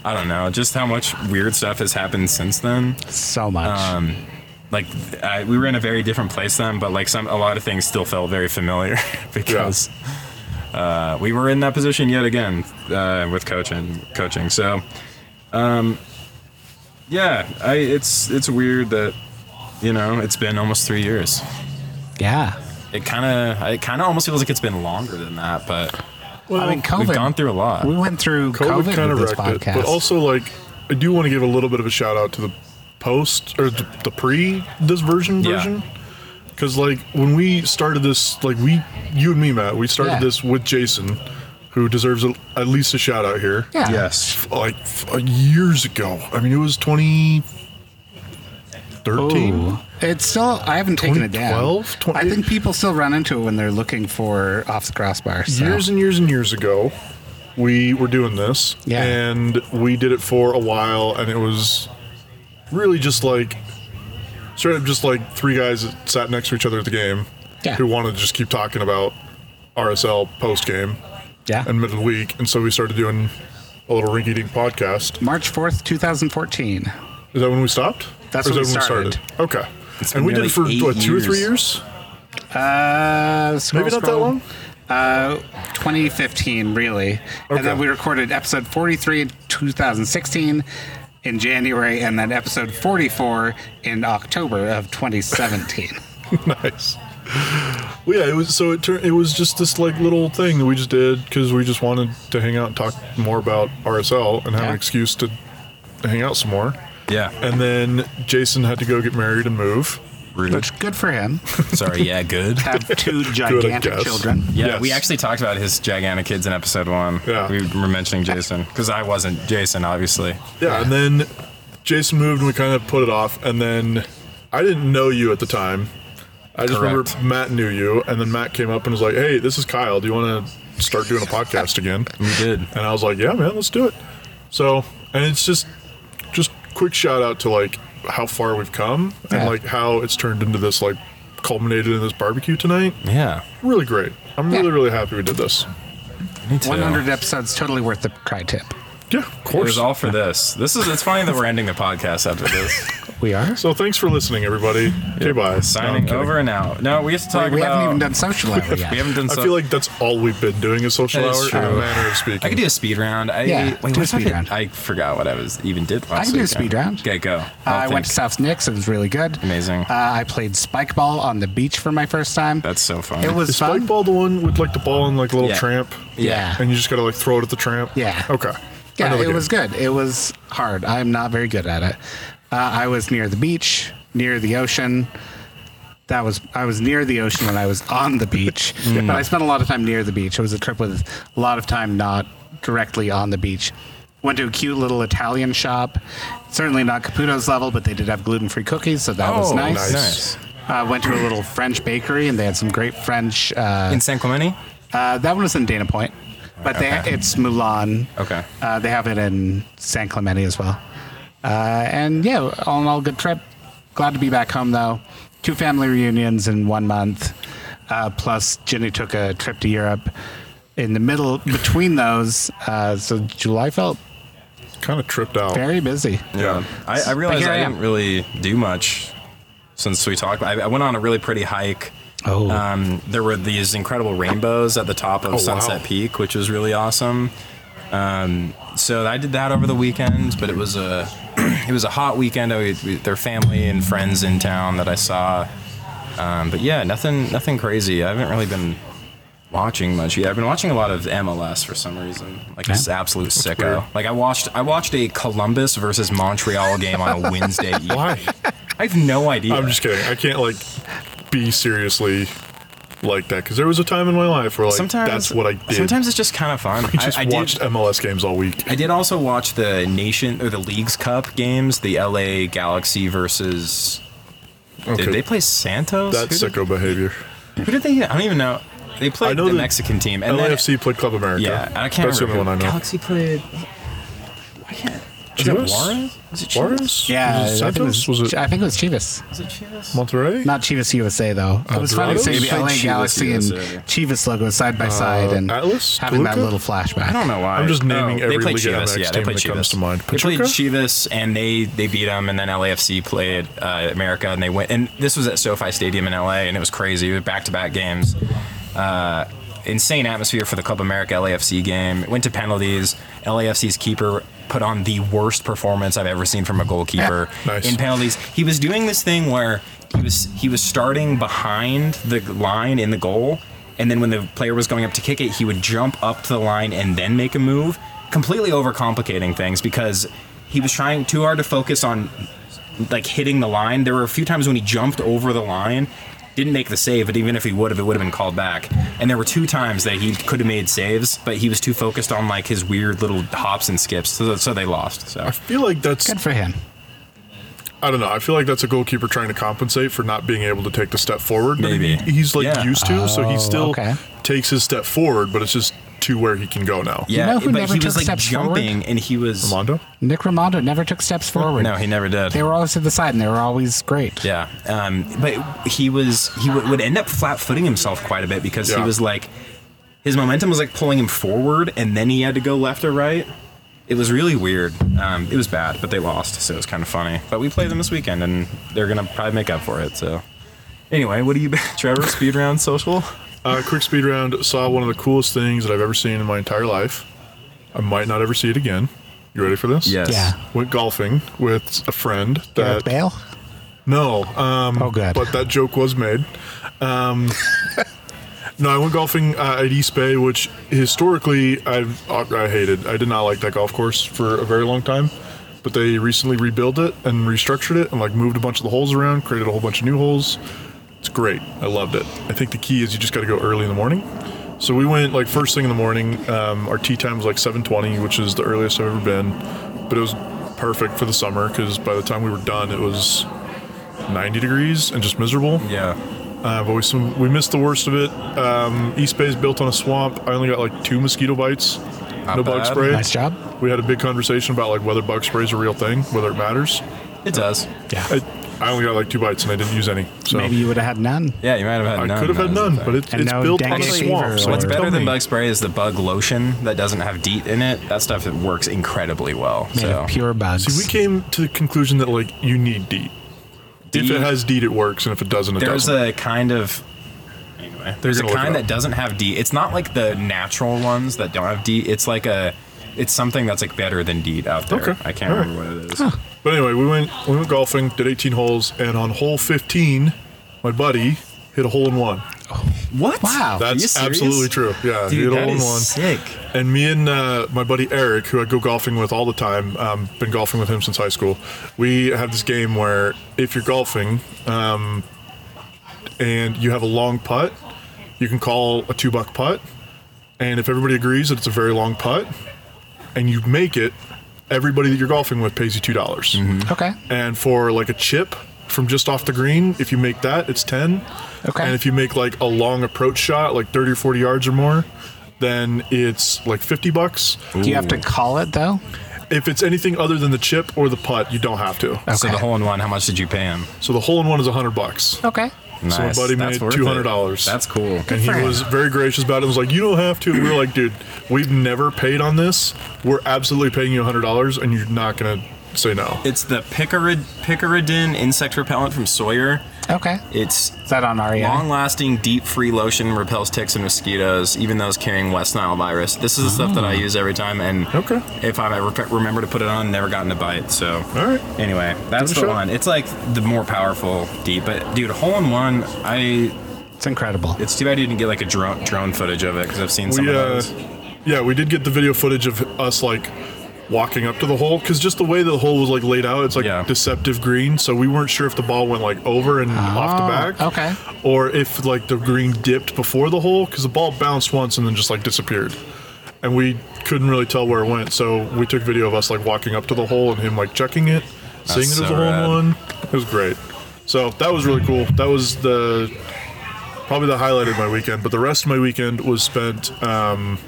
I don't know just how much weird stuff has happened since then Um,
so much.
like I, we were in a very different place then, but like some a lot of things still felt very familiar because uh, we were in that position yet again uh, with coaching coaching. So, um, yeah, I it's it's weird that you know it's been almost three years.
yeah.
It kind of it kind of almost feels like it's been longer than that, but
I mean, COVID.
we've gone through a lot.
We went through COVID,
COVID, kind of
with this
wrecked it,
podcast.
but also like I do want to give a little bit of a shout out to the post or the, the pre this version
Yeah.
version because like when we started this, like we you and me Matt, we started
Yeah.
this with Jason, who deserves a, at least a shout out here.
yeah.
yes,
Like f- years ago, I mean it was 20, 13?
Ooh. Oh. It's still, I haven't taken it down.
2012? Twen-
I think people still run into it when they're looking for off the crossbar. So.
years and years and years ago, we were doing this,
Yeah.
and we did it for a while, and it was really just like straight up just like three guys that sat next to each other at the game
Yeah.
who wanted to just keep talking about RSL post game
yeah.
and midweek, and so we started doing a little rinky dink podcast.
March 4th, 2014.
Is that when we stopped?
That's
Or is
when
that
we
Okay.
been
and we did it for
nearly
what,
eight
two or three
years.
years?
Uh, scroll,
Maybe not that
scroll.
long.
Uh, 2015, really.
Okay.
And then we recorded episode 43 in 2016 in January, and then episode 44 in October of 2017.
nice. Well, yeah, it was so it turned. It was just this like little thing that we just did because we just wanted to hang out and talk more about RSL and have
Yeah.
an excuse to hang out some more.
Yeah.
And then Jason had to go get married and move.
Rude.
Which, good for him.
Sorry. Yeah. Good.
Have two gigantic
guess.
children.
Yeah,
Yes.
we actually talked about his gigantic kids in episode one.
Yeah.
We were mentioning Jason because I wasn't Jason, obviously.
Yeah, and then Jason moved and we kind of put it off. And then I didn't know you at the time. I just
Correct.
remember Matt knew you, and then Matt came up and was like, "Hey, this is Kyle. Do you want to start doing a podcast again?"
We did.
And I was like, yeah, man, let's do it. So, and it's just, just quick shout out to like how far we've come and
Yeah.
like how it's turned into this, like culminated in this barbecue tonight.
Yeah.
Really great. I'm
Yeah.
really, really happy we did this.
Me too.
100 episodes, totally worth the cry tip.
Yeah, of
It
course.
was all for this. This is. It's funny that we're ending the podcast after this.
We are?
so thanks for listening, everybody. Okay, bye.
Signing
No, I'm kidding.
over and out. No, we have to talk
we
about.
haven't even done social hour yet.
we haven't done.
I
so-
feel like that's all we've been doing is social
That
hour Uh,
is
in a
true.
manner of speaking.
I could do a speed round. I,
Yeah,
wait,
do a
what
speed
did-
round.
I forgot what I was even did last
can do a
weekend.
speed round.
Okay, go. Oh,
Uh,
I'll
I went to
think.
South Knicks. It was really good.
Amazing.
Uh, I played spike ball on the beach for my first time.
That's so fun.
it was
is
fun.
spike ball the one with like the ball and like a little
Yeah.
tramp?
Yeah.
And you just gotta like throw it at the tramp?
Yeah.
Okay. I
Yeah,
know
it
the game.
was good. It was hard. I'm not very good at it. Uh, I was near the beach, near the ocean. That was I was near the ocean when I was on the beach,
Hmm.
but I spent a lot of time near the beach. It was a trip with a lot of time not directly on the beach. Went to a cute little Italian shop. Certainly not Caputo's level, but they did have gluten-free cookies, so that was
Oh,
nice.
nice.
nice.
Uh, went to a little French bakery, and they had some great French. Uh,
in San Clemente.
uh, that one was in Dana Point, but
Okay.
they, it's Mulan.
Okay.
Uh, they have it in San Clemente as well. Uh, and yeah, all in all, good trip. Glad to be back home though. Two family reunions in one month. Uh, plus, Jenny took a trip to Europe in the middle between those. Uh, so July felt
kind of tripped out.
very busy.
Yeah.
I, I realized
here I
I
am.
didn't really do much since we talked. I, I went on a really pretty hike.
Oh.
Um, there were these incredible rainbows at the top of
wow.
Sunset Peak, which was really awesome. Um, so I did that over the weekend, but it was a it was a hot weekend. I, we, their family and friends in town that I saw. Um, but yeah, nothing nothing crazy. I haven't really been watching much either. I've been watching a lot of MLS for some reason. Like this absolute sicko. Like I watched I watched a Columbus versus Montreal game on a Wednesday evening.
Why?
I have no idea.
I'm just kidding. I can't like be seriously like that because there was a time in my life where like
sometimes
that's what I did.
Sometimes it's just kind of fun.
I just
I, I
watched
Did,
MLS games all week.
I did also watch the nation or the league's cup games, the LA Galaxy versus.
Okay.
Did they play Santos?
That's
who, did,
sicko behavior.
who did they? I don't even know. They
I
played
know
the
that
Mexican team, and then
LAFC played Club America.
yeah, and I can't
That's
remember.
the only one I
who-
know.
Galaxy played. Why can't? Was
Chivas?
it Juarez? Was it Chivas?
Juarez?
Yeah,
Was it
I think it
Santos?
was,
Was it
I think it was Chivas.
Was it Chivas?
Monterrey? Uh,
Not Chivas USA though. It was funny
Dorados?
seeing
They
the
played
LA
Chivas
Galaxy and
USA.
Chivas logos side by side and
Uh, Atlas?
having that
Toluca?
little flashback.
I don't know why. Oh,
I'm just naming every
they played
Liga
Chivas.
MX
yeah, they
team
played
that
Chivas.
comes to mind.
They played
Pachuca?
Chivas, and they they beat them, and then LAFC played uh, America, and they went. And this was at SoFi Stadium in LA, and it was crazy. It was back to back games. Uh, insane atmosphere for the Club America LAFC game. It went to penalties. LAFC's keeper put on the worst performance I've ever seen from a goalkeeper
Nice.
in penalties. He was doing this thing where he was he was starting behind the line in the goal, and then when the player was going up to kick it, he would jump up to the line and then make a move, completely overcomplicating things because he was trying too hard to focus on like hitting the line. There were a few times when he jumped over the line, didn't make the save, but even if he would have, it would have been called back. And there were two times that he could have made saves, but he was too focused on like his weird little hops and skips, so, so they lost. So
I feel like that's
Good for him.
I don't know. I feel like that's a goalkeeper trying to compensate for not being able to take the step forward. that
Maybe.
he- he's like
Yeah.
used to, so he still
Oh, okay.
takes his step forward, but it's just to where he can go now.
Yeah,
know who
but
never
he
took
was like
steps forward?
jumping, and he was.
Mondo?
Nick Romano never took steps forward.
No, he never did.
They were always to the side, and they were always great.
Yeah, um, but he was he w- would end up flat footing himself quite a bit because he
Yeah.
was like his momentum was like pulling him forward, and then he had to go left or right. It was really weird. Um, it was bad, but they lost, so it was kind of funny. But we play them this weekend, and they're gonna probably make up for it. So anyway, what do you, Trevor? Speed round social?
Uh, quick speed round. Saw one of the coolest things that I've ever seen in my entire life. I might not ever see it again. You ready for this?
Yeah.
Went golfing with a friend
Gareth
that
Bale?
no, um,
Oh, good.
but that joke was made. Um, no, I went golfing uh, at East Bay, which historically I've, I hated. I did not like that golf course for a very long time, but they recently rebuilt it and restructured it and like moved a bunch of the holes around, created a whole bunch of new holes. It's great. I loved it. I think the key is you just got to go early in the morning. So we went like first thing in the morning. Um, our tea time was like 7:20, which is the earliest I've ever been, but it was perfect for the summer because by the time we were done, it was 90 degrees and just miserable.
Yeah.
Uh, but we some, we missed the worst of it. Um, East Bay's built on a swamp. I only got like two mosquito bites. no bug
bad.
spray.
Nice job.
We had a big conversation about like whether bug spray is a real thing, whether it matters.
It does.
I, I only got like two bites and I didn't use any. So
Maybe you would have had none.
Yeah, you might have had
I
none.
could have had
that was
none,
the
but
thing.
it,
And
it's
no
built on a
dengue fever
swamp. So
or-
What's
tell
better than
me.
bug spray is the bug lotion that doesn't have DEET in it. That stuff it works incredibly well.
Made
so
of pure bugs.
See, we came to the conclusion that like you need DEET. If
DEET
it has DEET, it works, and if it doesn't, it
there's
doesn't.
a kind of anyway. There's a
You're gonna look
kind
it
that
up.
doesn't have D. It's not like the natural ones that don't have D. It's like a it's something that's like better than D out there.
Okay.
I can't
All right.
remember what it is.
But anyway, we went we went golfing, did 18 holes, and on hole 15, my buddy hit a hole in one.
What? Are
Wow.
you
That's
serious?
absolutely true. Yeah, he hit
Dude,
a
that
hole in
is
one.
sick.
And me and uh, my buddy Eric, who I go golfing with all the time, um, been golfing with him since high school. We have this game where if you're golfing um, and you have a long putt, you can call a two buck putt. And if everybody agrees that it's a very long putt and you make it, everybody that you're golfing with pays you $2. dollars
Mm-hmm.
Okay.
And for like a chip from just off the green, if you make that, it's 10.
Okay.
And if you make like a long approach shot, like 30 or 40 yards or more, then it's like 50 bucks.
Do you have to call it, though?
If it's anything other than the chip or the putt, you don't have to.
So
Okay.
the hole in one. How much did you pay him?
So the hole in one is 100 bucks.
Okay.
Nice.
buddy
That's
made
worth it.
$200.
That's cool.
And he
for him.
was very gracious about it. and was like, "You don't have to." We were like, "Dude, we've never paid on this. We're absolutely paying you hundred dollars, and you're not gonna say no."
It's the picarid picaridin insect repellent from Sawyer.
Okay.
It's
Is that on REI?
Long-lasting, deep-free lotion repels ticks and mosquitoes, even those carrying West Nile virus. This is the stuff that I use every time, and
Okay.
if I ever pe- remember to put it on, never gotten a bite. So,
All right.
anyway, that's
Give it a
the
shot.
one. It's like the more powerful deep, but dude, hole-in-one. I
It's incredible.
it's too bad you didn't get like a drone drone footage of it because I've seen some
We,
of
uh,
those.
yeah, we did get the video footage of us like walking up to the hole because just the way the hole was like laid out, it's like
Yeah.
deceptive green. So we weren't sure if the ball went like over and
Oh.
off the back,
okay.
or if like the green dipped before the hole because the ball bounced once and then just like disappeared, and we couldn't really tell where it went. So we took video of us like walking up to the hole and him like checking it, seeing it
so
as a hole
rad.
in one. It was great. So that was really cool. That was the probably the highlight of my weekend, but the rest of my weekend was spent. Um,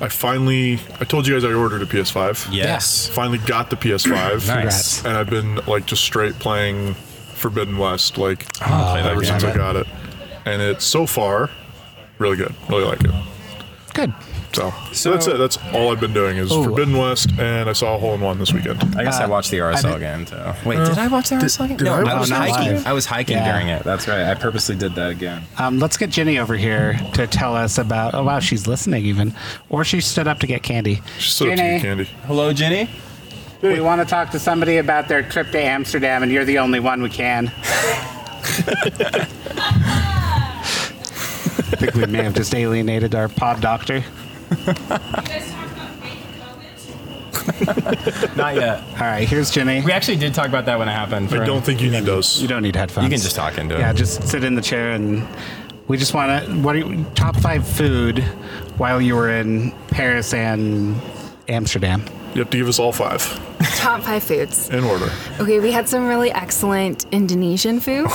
I finally, I told you guys I ordered a PS5.
Yes.
Finally got the PS5.
Nice.
And I've been like just straight playing Forbidden West like
play that
ever
game.
since I got it, and it's so far really good. Really like it.
Good.
So, that's it. That's all I've been doing is
Ooh.
Forbidden West, and I saw a hole in one this weekend.
Oh.
Uh,
I guess I
Uh,
watched the RSL
did-
game too. Wait, did I watch the RSL game?
did I
no, I
watch
was
that
hiking.
live?
I was hiking
Yeah.
during it. That's right. I purposely did that again.
Um, let's get Jenny over here to tell us about. Oh wow, she's listening even, or she stood up to get candy.
She stood up to
Jenny,
get candy.
Hello, Jenny.
we want to talk to somebody about their trip to Amsterdam, and you're the only one we can. I think we may have just alienated our pod doctor.
Not yet.
All right, here's Jenny.
We actually did talk about that when it happened.
I
for-
don't think you need those.
You don't need headphones.
You can just talk into it.
Yeah, just sit in the chair and we just want to. What are you, top five food while you were in Paris and Amsterdam?
You have to give us all five
Top five foods.
in order.
Okay, we had some really excellent Indonesian food.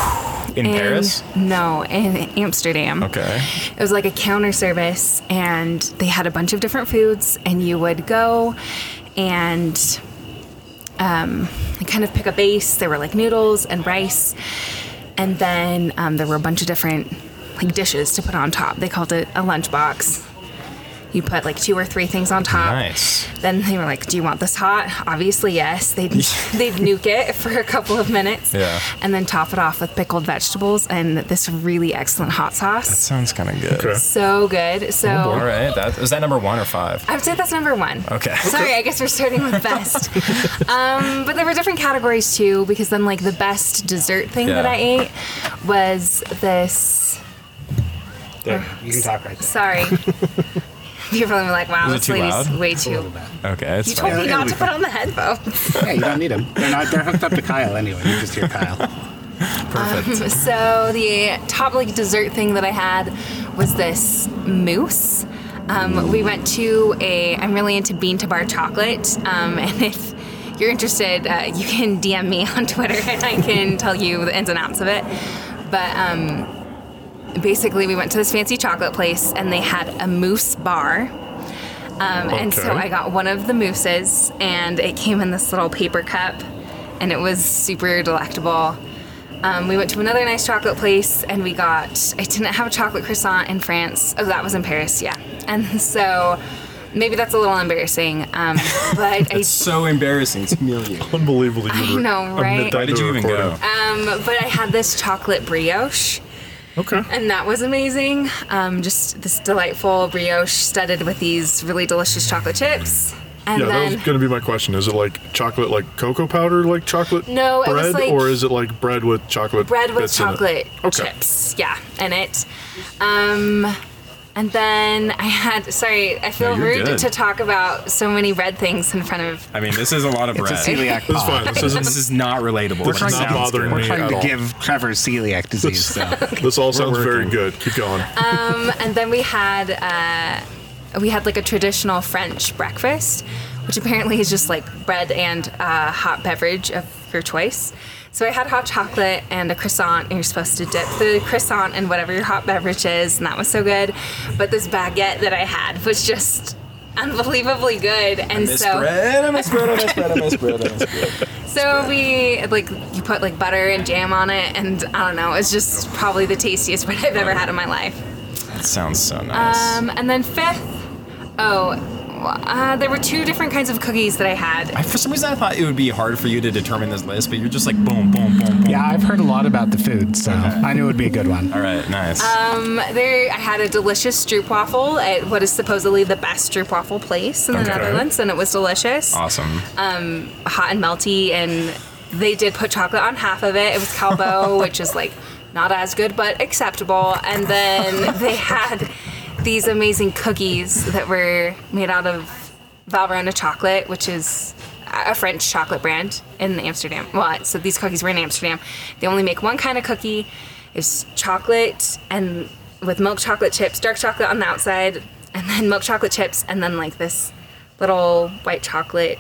In Paris?
No, in
Um.
Amsterdam.
Okay.
It was like a counter service, and they had a bunch of different foods, and you would go and um, kind of pick a base. There were like noodles and rice, and then um, there were a bunch of different like dishes to put on top. They called it a lunchbox. You put like two or three things on top.
Nice.
Then they were like, "Do you want this hot?" Obviously, yes. They'd they'd nuke it for a couple of minutes,
Yeah.
and then top it off with pickled vegetables and this really excellent hot sauce.
That sounds kind of good.
Okay.
so good. So
All right. That is that number one or five?
I would say that's number one.
Okay.
Sorry, I guess we're starting with best. um, but there were different categories too, because then like the best dessert thing that
Yeah.
I ate was this.
There, you can talk right there.
Sorry. People are like, "Wow,
Was it
this
too
lady's
loud?
way too."
Okay. It's
You
fine.
told me
Yeah,
not
we
to put on the headphones.
Yeah, you don't need them. They're not. They're hooked up to Kyle anyway. You just hear Kyle.
Um,
Perfect.
So the top like dessert thing that I had was this mousse. Um, we went to a. I'm really into bean to bar chocolate, um, and if you're interested, uh, you can DM me on Twitter, and I can tell you the ins and outs of it. But um, basically, we went to this fancy chocolate place, and they had a mousse bar. Um, And so
Okay.
I got one of the mousses, and it came in this little paper cup, and it was super delectable. Um, we went to another nice chocolate place and we got, I didn't have a chocolate croissant in France. Oh, that was in Paris, yeah. And so maybe that's a little embarrassing, um, but I.
It's so embarrassing to million.
Unbelievable.
I know, right?
Why did you even go?
Um, but I had this chocolate brioche,
Okay.
and that was amazing. Um, just this delightful brioche studded with these really delicious chocolate chips. And
Yeah, that
then
was going to be my question. Is it like chocolate, like cocoa powder, like chocolate
No, it
bread,
was like-
or is it like bread with chocolate?
bread with
bits in it?
chocolate
Okay.
chips, yeah, in it. Um, and then I had, sorry, I feel
you're
rude
good.
to talk about so many red things in front of
I mean, this is a lot of
It's a
bread.
celiac.
This is
pod.
fine. This isn't.
This is not relatable.
This is
but it
not
sounds
bothering
good.
We're
me at
trying to
all.
give Trevor celiac disease. So.
This all sounds very
working.
good. Keep going.
Um, and then we had uh, we had like a traditional French breakfast, which apparently is just like bread and uh, hot beverage of your choice. So I had hot chocolate and a croissant, and you're supposed to dip the croissant in whatever your hot beverage is, and that was so good. But this baguette that I had was just unbelievably good, and
Miss
so.
bread, I miss bread, I miss bread, I miss bread, I miss bread.
So we like you put like butter and jam on it, and I don't know, it's just probably the tastiest bread I've ever had in my life.
That sounds so nice.
Um, and then fifth, oh, uh, there were two different kinds of cookies that I had.
I, for some reason, I thought it would be hard for you to determine this list, but you're just like boom, boom, boom, boom.
Yeah, I've heard a lot about the food, so I knew it would be a good one.
All right, nice.
Um, There, I had a delicious stroopwafel at what is supposedly the best stroopwafel place in the
Okay.
Netherlands, and it was delicious,
awesome.
um, hot and melty, and they did put chocolate on half of it. It was Calbo, which is like not as good but acceptable, and then they had these amazing cookies that were made out of Valverona chocolate, which is a French chocolate brand in Amsterdam. Well, so these cookies were in Amsterdam. They only make one kind of cookie. It's chocolate and with milk chocolate chips, dark chocolate on the outside, and then milk chocolate chips, and then like this little white chocolate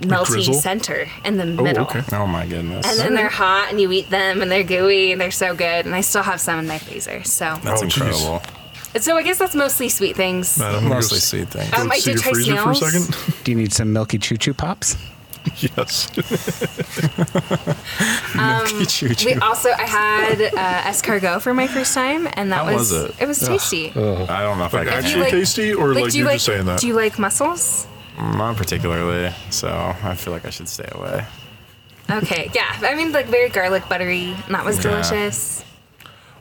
melty
drizzle?
center in the middle.
okay.
oh my goodness.
And then they're hot, and you eat them, and they're gooey, and they're so good. And I still have some in my freezer. So,
That's
Oh, geez.
incredible.
so I guess that's mostly sweet things.
Matt, I'm gonna go
Mostly
s-
sweet things.
Um, I
see
did
your
try
freezer for a
snails.
second.
Do you need some milky choo choo pops?
yes.
Um, We also, I had uh, escargot for my first time, and that
How was
was
it?
it was tasty.
I don't know if I
If
can.
you
Actually tasty, or like,
do
you're just saying that?
Do you like mussels?
Mm, Not particularly, so I feel like I should stay away.
Okay, yeah. I mean, like very garlic buttery, and that was
Yeah.
delicious.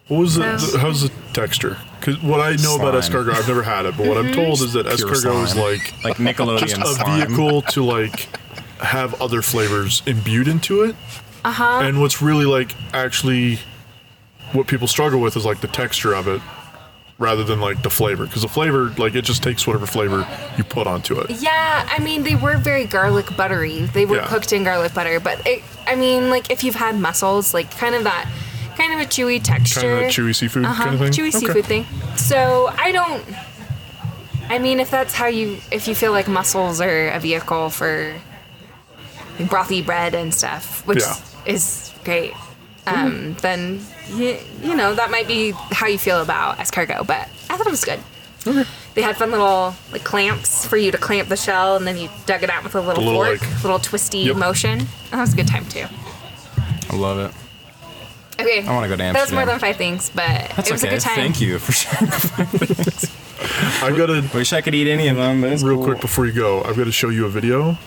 What was the,
No.
the- how's the texture? Because what I know about
Slime. Mhm.
escargot, I've never had it, but what I'm told is that
Pure
escargot is
slime.
like
Like Nickelodeon
a
slime.
vehicle to like have other flavors imbued into it. Uh huh. And what's really like actually what people struggle with is like the texture of it rather than like the flavor because the flavor like it just takes whatever flavor you put onto it
Yeah, I mean, they were very garlic buttery. They were
Yeah.
cooked in garlic butter, but it, I mean, like if you've had mussels, like kind of that, kind of a chewy texture,
kind of that chewy seafood
uh-huh,
kind of thing
chewy seafood thing. So I don't. I mean, if that's how you, if you feel like mussels are a vehicle for brothy bread and stuff, which
Yeah.
is great, um, then you, you know that might be how you feel about escargot. But I thought it was good. They had fun little like clamps for you to clamp the shell, and then you dug it out with a little,
Little,
fork,
like-
little twisty
Yep.
motion. That was a good time too.
I love it.
Okay,
I wanna go to
That was more
Amsterdam.
than five things, but
That's
it was
okay.
a good time.
Thank you for sure.
I've got to
Wish I could eat any of them, but it's
real
cool.
quick before you go. I've got to show you a video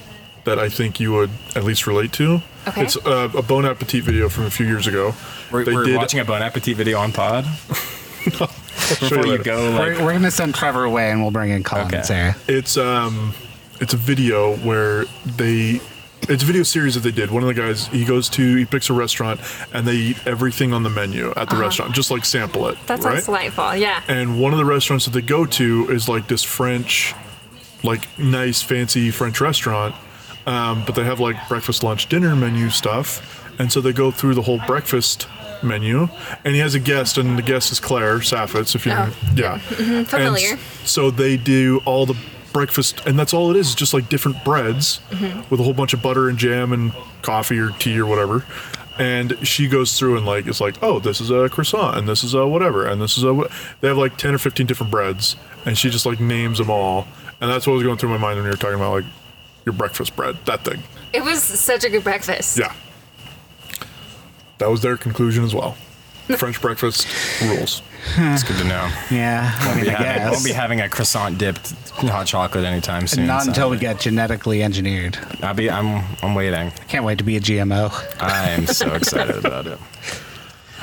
that I think you would at least relate to.
Okay.
It's uh, a, a Bon Appetit video from a few years ago.
We're,
They
we're
did-
watching a Bon Appetit video on pod
I'll show
before you
later.
go. Like,
we're, we're gonna send Trevor away, and we'll bring in eh? Colin
Okay.
and Sarah.
It's um, it's a video where they, it's a video series that they did. One of the guys he goes to, he picks a restaurant, and they eat everything on the menu at the restaurant, just like sample it.
That
right?
sounds delightful. Yeah.
and one of the restaurants that they go to is like this French, like nice fancy French restaurant, um, but they have like breakfast, lunch, dinner menu stuff, and so they go through the whole breakfast menu, and he has a guest, and the guest is Claire Saffitz, if you know, yeah, And
Mm-hmm. familiar.
s- so they do all the breakfast, and that's all it is, just like different breads with a whole bunch of butter and jam and coffee or tea or whatever. And she goes through and like it's like, oh, this is a croissant, and this is a whatever, and this is a. wha-" They have like ten or fifteen different breads, and she just like names them all, and that's what was going through my mind when you were talking about like your breakfast bread, that thing.
It was such a good breakfast.
Yeah, that was their conclusion as well. French breakfast rules.
it's good to know.
Yeah, I
Won't
mean,
be,
I
having,
guess.
won't be having a croissant dipped hot chocolate anytime soon.
Not
so
until we get genetically engineered.
I'll be. I'm. I'm waiting.
Can't wait to be a GMO.
I am so excited about it.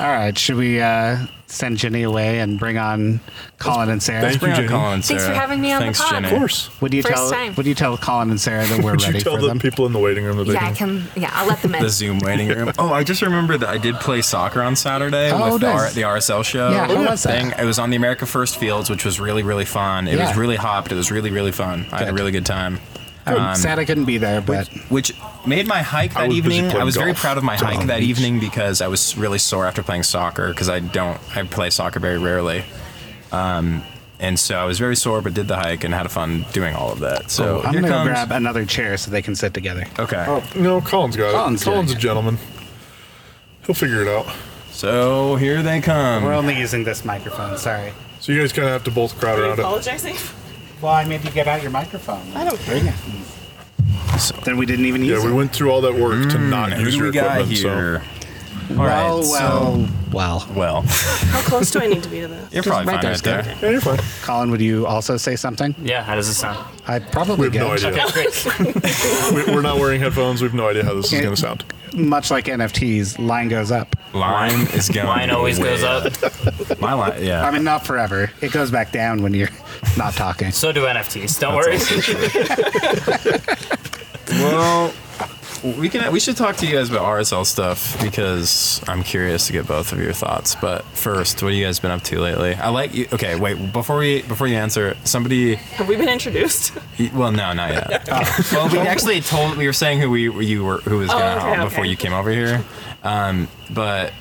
All right, should we uh, send Jenny away and bring on Colin and Sarah?
Thank you,
Bring on
Jenny.
Colin and
Thanks for
Sarah.
having me on the
Thanks,
pod.
Jenny.
Of course.
Would you
First
tell
time.
Would you tell Colin and Sarah that we're
Would
ready
you tell
for
the
them?
people in the waiting room that they
Yeah, I
can
can. Yeah, I'll let them in.
The Zoom waiting room. Oh, I just remembered that I did play soccer on Saturday
Oh,
with
nice.
the, R- the RSL show.
Yeah, how was that?
thing. It was on the America First Fields, which was really, really fun. It was
Yeah.
really hot, but it was really, really fun. I had a
Good.
really good time.
I'm Sad I Um, couldn't be there, but
which made my hike
was
that
busy
evening.
playing
I was very
golf
proud of my
down
hike
the
that
beach.
evening because I was really sore after playing soccer because I don't I play soccer very rarely, um, and so I was very sore but did the hike and had fun doing all of that. So
I'm
here
gonna go
comes
grab another chair so they can sit together.
okay.
Oh, no, Colin's got
Colin's
it.
doing
Colin's a
it.
gentleman. He'll figure it out.
So here they come.
We're only using this microphone. Sorry.
So you guys kind of have to both crowd around it.
apologizing?
Well, I made you get out your microphone. I don't bring it. then we didn't even use
Yeah, we
it.
went through all that work to not
Mm, Who
use
do
your
we got
equipment.
here? All right.
well,
so-
well, well.
well.
How close do I need to be to this?
You're probably
right
fine right
there's
there.
good.
So. Yeah, you're fine.
Colin, would you also say something?
Yeah, how does it sound?
I probably
We have no
get-
idea. we, we're not wearing headphones. We have no idea how this is going to sound.
Much like NFTs, line goes up.
Line is going.
Mine always
way
goes up.
My line, yeah.
I mean, not forever. It goes back down when you're not talking.
So do NFTs. Don't worry.
Well, we can. We should talk to you guys about RSL stuff because I'm curious to get both of your thoughts. But first, what have you guys been up to lately? I like you. Okay, wait. Before we before you answer, somebody.
Have we been introduced?
Well, no, not yet. well, we actually told we were saying who we you were who was going
okay,
on before
okay.
you came over here, um, but.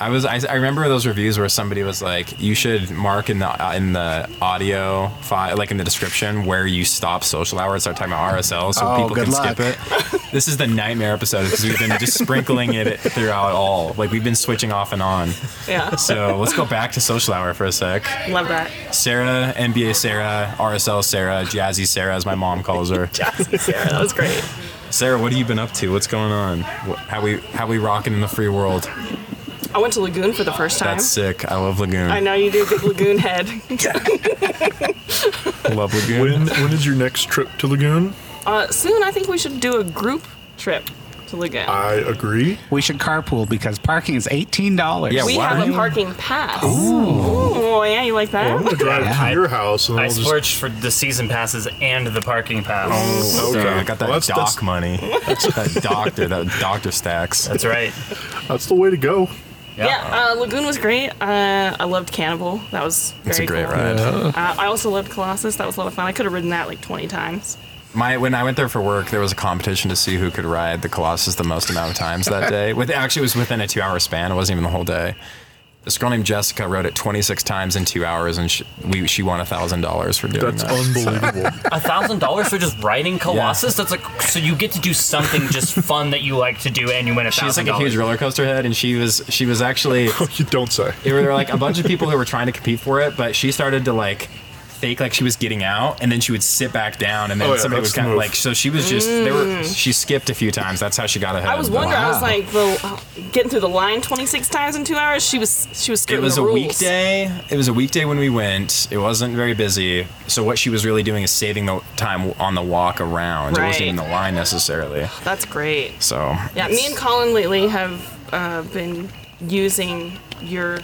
I was I, I remember those reviews where somebody was like you should mark in the in the audio file like in the description where you stop social hour and start talking about RSL so
Oh,
people
good
can
luck.
skip it. This is the nightmare episode because we've been just sprinkling it throughout all like we've been switching off and on.
Yeah.
So let's go back to social hour for a sec.
Love that.
Sarah, NBA Sarah, RSL Sarah, Jazzy Sarah, as my mom calls her.
Jackson Sarah, that was great.
Sarah, what have you been up to? What's going on? Wh- How we how we rocking in the free world?
I went to Lagoon for the first time.
That's sick. I love Lagoon.
I know you do get Lagoon head
Love Lagoon.
When when is your next trip to Lagoon?
Uh, soon, I think we should do a group trip to Lagoon.
I agree.
We should carpool because parking is eighteen dollars.
Yeah,
we
why
have
don't
a
you-
parking pass. Ooh. yeah, you like that?
I'm going to drive
Yeah.
to your house and then
I
I'll just.
Search for the season passes and the parking pass.
So
Oh, okay.
Oh, I got that
Well, that's,
doc
that's,
money. that doctor, that doctor stacks.
That's right.
that's the way to go.
Yeah, uh, Lagoon was great. Uh, I loved Cannibal. That was very
It's a great
cool.
ride.
Uh, I also loved Colossus. That was a lot of fun. I could have ridden that like 20 times.
My when I went there for work, there was a competition to see who could ride the Colossus the most amount of times that day. With actually, it was within a two-hour span. It wasn't even the whole day. This girl named Jessica wrote it 26 times in two hours, and she, we, she won $1,000 for doing
That's
that.
unbelievable.
A thousand dollars for just riding Colossus? That's like so you get to do something just fun that you like to do, and you win a
She's
thousand
like a huge
dollars.
roller coaster head, and she was she was actually
you don't say.
there were like a bunch of people who were trying to compete for it, but she started to like fake like she was getting out, and then she would sit back down, and then
Oh, yeah,
somebody
that's
was
the
kind of
move.
like so she was just they were she skipped a few times. That's how she got ahead.
Mm. I was wondering. I was
Wow.
like, the getting through the line 26 times in two hours. She was she was
it
skirting
was
the
a
rules.
weekday. It was a weekday when we went. It wasn't very busy. So what she was really doing is saving the time on the walk around. It wasn't
Right.
even the line necessarily.
That's great.
So
Yeah, me and Colin lately have uh, been using your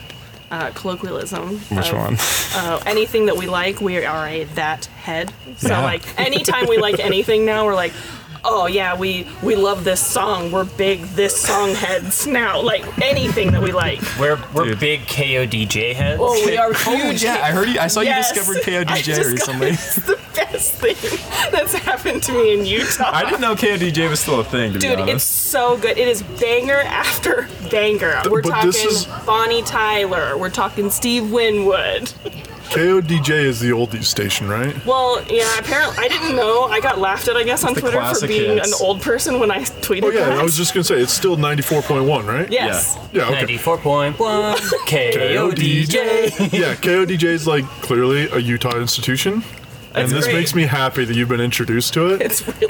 uh, colloquialism.
which
of,
one?
Uh, anything that we like, we are a that head. So
Yeah.
like anytime we like anything now, we're like, oh yeah, we we love this song. We're big this song heads now. Like anything that we like.
We're we're big KODJ heads.
Oh, we are huge.
yeah, I heard you. I saw
Yes.
you discovered
I
KODJ
discovered-
recently.
It's the best thing that's happened to me in Utah.
I didn't know KODJ was still a thing. To
Dude,
be honest.
it's so good. It is banger after banger. We're
but
talking
this is-
Bonnie Tyler. We're talking Steve Winwood.
KODJ is the oldies station, right?
Well, yeah, apparently I didn't know. I got laughed at, I guess, on
the
Twitter for
classic
being
hits.
an old person when I tweeted
Oh yeah,
that.
I was just gonna say it's still ninety four point one, right?
yes.
Yeah. Okay.
Ninety-four point one KODJ.
yeah, KODJ is like clearly a Utah institution, and
That's
this
great.
makes me happy that you've been introduced to it.
It's really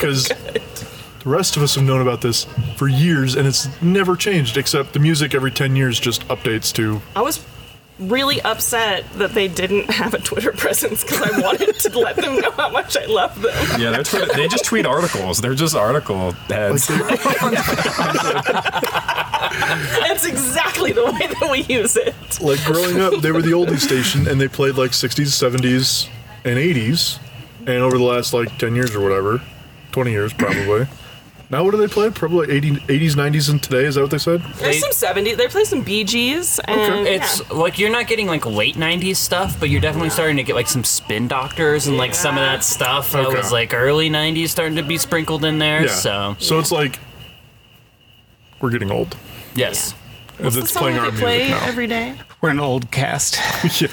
the rest of us have known about this for years, and it's never changed except the music every ten years just updates to.
I was really upset that they didn't have a Twitter presence because I wanted to let them know how much I love them.
Yeah, they're tweet- they just tweet articles. They're just article heads.
That's exactly the way that we use it.
Like growing up, they were the oldies station, and they played like sixties, seventies, and eighties, and over the last like ten years or whatever, twenty years probably. Now what do they play? Probably 80, 80s, 90s, and today. Is that what they said?
There's some 70s. They play some Bee Gees. And
It's
yeah.
like you're not getting like late '90s stuff, but you're definitely starting to get like some Spin Doctors and like some of that stuff that
Okay.
was like early '90s starting to be sprinkled in there.
Yeah.
So
it's like we're getting old.
yes,
Because it's playing our music now.
every day.
We're an old cast,
Yeah.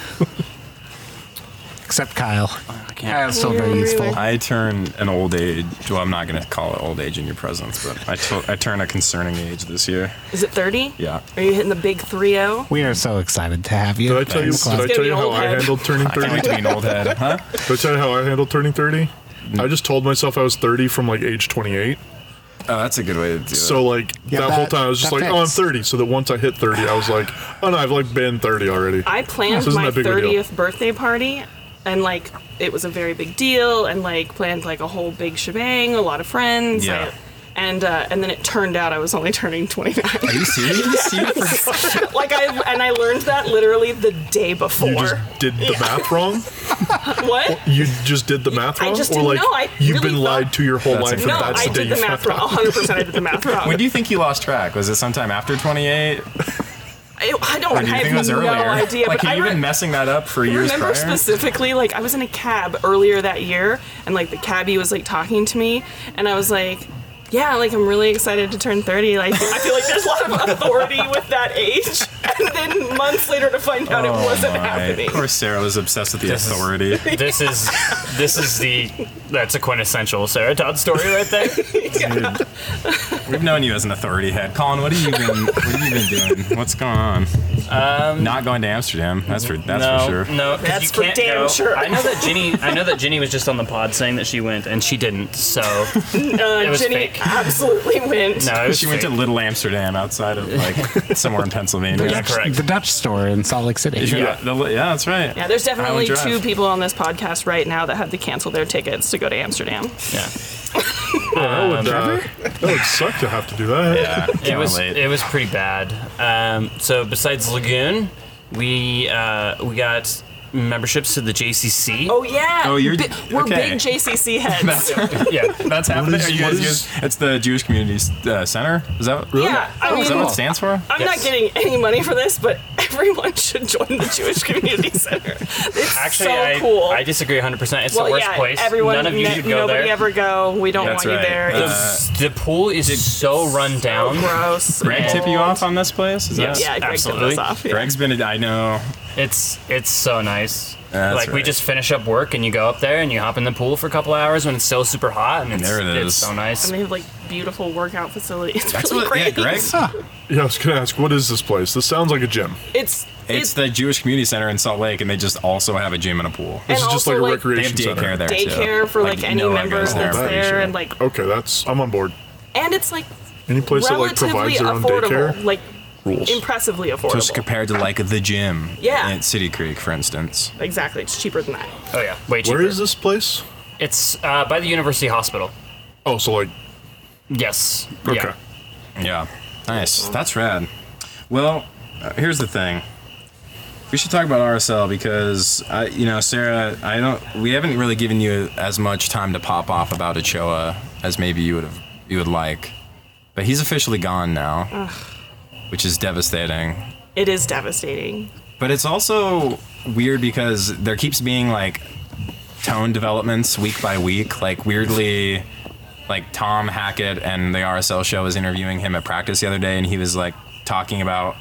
except Kyle.
I
Kyle's
can't.
still very useful.
I turn an old age. Well, I'm not going to call it old age in your presence, but I to- I turn a concerning age this year.
Is it 30?
Yeah.
Are you hitting the big 3 0?
We are so excited to have you.
Did I tell you?
Thanks.
Did I
It's
tell
gonna
you
be
how
old
I
head.
handled turning
I can't
thirty?
wait to be
Did
an old head, huh?
I tell you how I handled turning thirty? I just told myself I was thirty from like age twenty-eight.
Oh, that's a good way to do it.
So like
Yeah,
that,
that-
whole time I was just
that
like, oh, I'm
fits.
thirty. So that once I hit thirty, I was like, oh no, I've like been thirty already.
I planned
This isn't
my
that big of a deal.
30th birthday party and like it was a very big deal and like planned like a whole big shebang, a lot of friends.
Yeah.
I- and uh, and then it turned out I was only turning 29.
Are you serious? You for-
like I and I learned that literally the day before.
You just did the math wrong.
what?
You just did the math
I
wrong,
just
or
didn't
like
know. I
you've
really
been lied
thought-
to your whole
That's
life,
a-
and
No,
that's
I
the day
did
you
the math
found out.
wrong. 100% I did the math wrong.
when do you think you lost track? Was it sometime after 28?
I, I don't
Or do you
I have
think it was
no
earlier?
idea.
like,
but
have
I
you
re-
been messing that up for years
remember
prior?
specifically like i was in a cab earlier that year and like the cabbie was like talking to me and i was like yeah like i'm really excited to turn 30 like i feel like there's a lot of authority with that age and then months later to find out it wasn't
Oh My-
happening
Of course, Sarah was obsessed with the
This is-
authority.
this is this is the that's a quintessential Sarah Todd story right there.
We've known you as an authority head, Colin. What have you been? What have you been doing? What's going on? Um, Not going to Amsterdam. That's for that's
no,
for sure.
no, 'cause
That's
you
for
can't
damn
go.
sure.
I know that Ginny. I know that Ginny was just on the pod saying that she went and she didn't. So it
uh,
was
jenny
fake.
absolutely went
no, it was
She went to
fake.
Little Amsterdam outside of like somewhere in Pennsylvania.
Yeah, correct.
The Dutch store in Salt Lake City.
Yeah, the li- yeah, that's right.
yeah, there's definitely
Island Drive.
two people on this podcast right now that had to cancel their tickets to go to Amsterdam.
Yeah.
That would, uh, that would suck to have to do that.
Yeah,
it
can't
was
relate.
it was pretty bad. Um, so besides Lagoon, we uh, we got memberships to the JCC.
Oh yeah,
Oh, you're-
Bi- we're
okay.
big JCC heads.
yeah.
that's happening.
is-
Are you guys
what is-
good? it's the Jewish Community uh, Center. Is that really?
Yeah, I
is that what
mean-
it stands for?
I'm
Yes.
not getting any money for this, but everyone should join the Jewish Community Center. It's
Actually,
so
I,
cool.
I disagree 100%. It's
well,
the worst
yeah,
place.
everyone,
None of you
no-
should go
nobody
there.
ever go. We don't
That's
want
right.
you there.
Uh,
it's
the pool is so run down.
gross.
Greg tip you
old.
off on this place? Is
Yes,
that-
Yeah, Greg tipped us
absolutely.
off, yeah.
Greg's been. I know.
It's it's so nice.
That's
like we
right.
just finish up work and you go up there and you hop in the pool for a couple hours when it's still super hot and it's,
There it
it's
is.
so nice.
And they have like beautiful workout facilities. It's
That's
really
what. Yeah,
great.
Greg.
Yeah, I was gonna ask, what is this place? This sounds like a gym.
It's
It's the Jewish Community Center in Salt Lake, and they just also have a gym and a pool.
And
This is just
also,
like a
like,
They have
recreation
daycare
center.
there too.
daycare for like, any
no one
member
goes
that's there,
Oh, that'd be
and like
Okay, that's I'm on board.
and it's like
Any place that like
relatively
provides their own
affordable,
daycare
like
rules.
impressively
Just
affordable.
compared to like the gym
Yeah.
at City Creek, for instance.
exactly, it's cheaper than that.
oh yeah, way cheaper.
Where is this place?
It's uh, by the University Hospital.
Oh, so like
Yes.
okay.
Yeah.
Yeah. Nice. That's rad. Well, uh, here's the thing. We should talk about RSL because I, you know, Sarah, I don't. We haven't really given you as much time to pop off about Ochoa as maybe you would have, you would like. But he's officially gone now, which is devastating.
It is devastating.
But it's also weird because there keeps being like tone developments week by week. Like weirdly, like Tom Hackett and the RSL show was interviewing him at practice the other day, and he was like talking about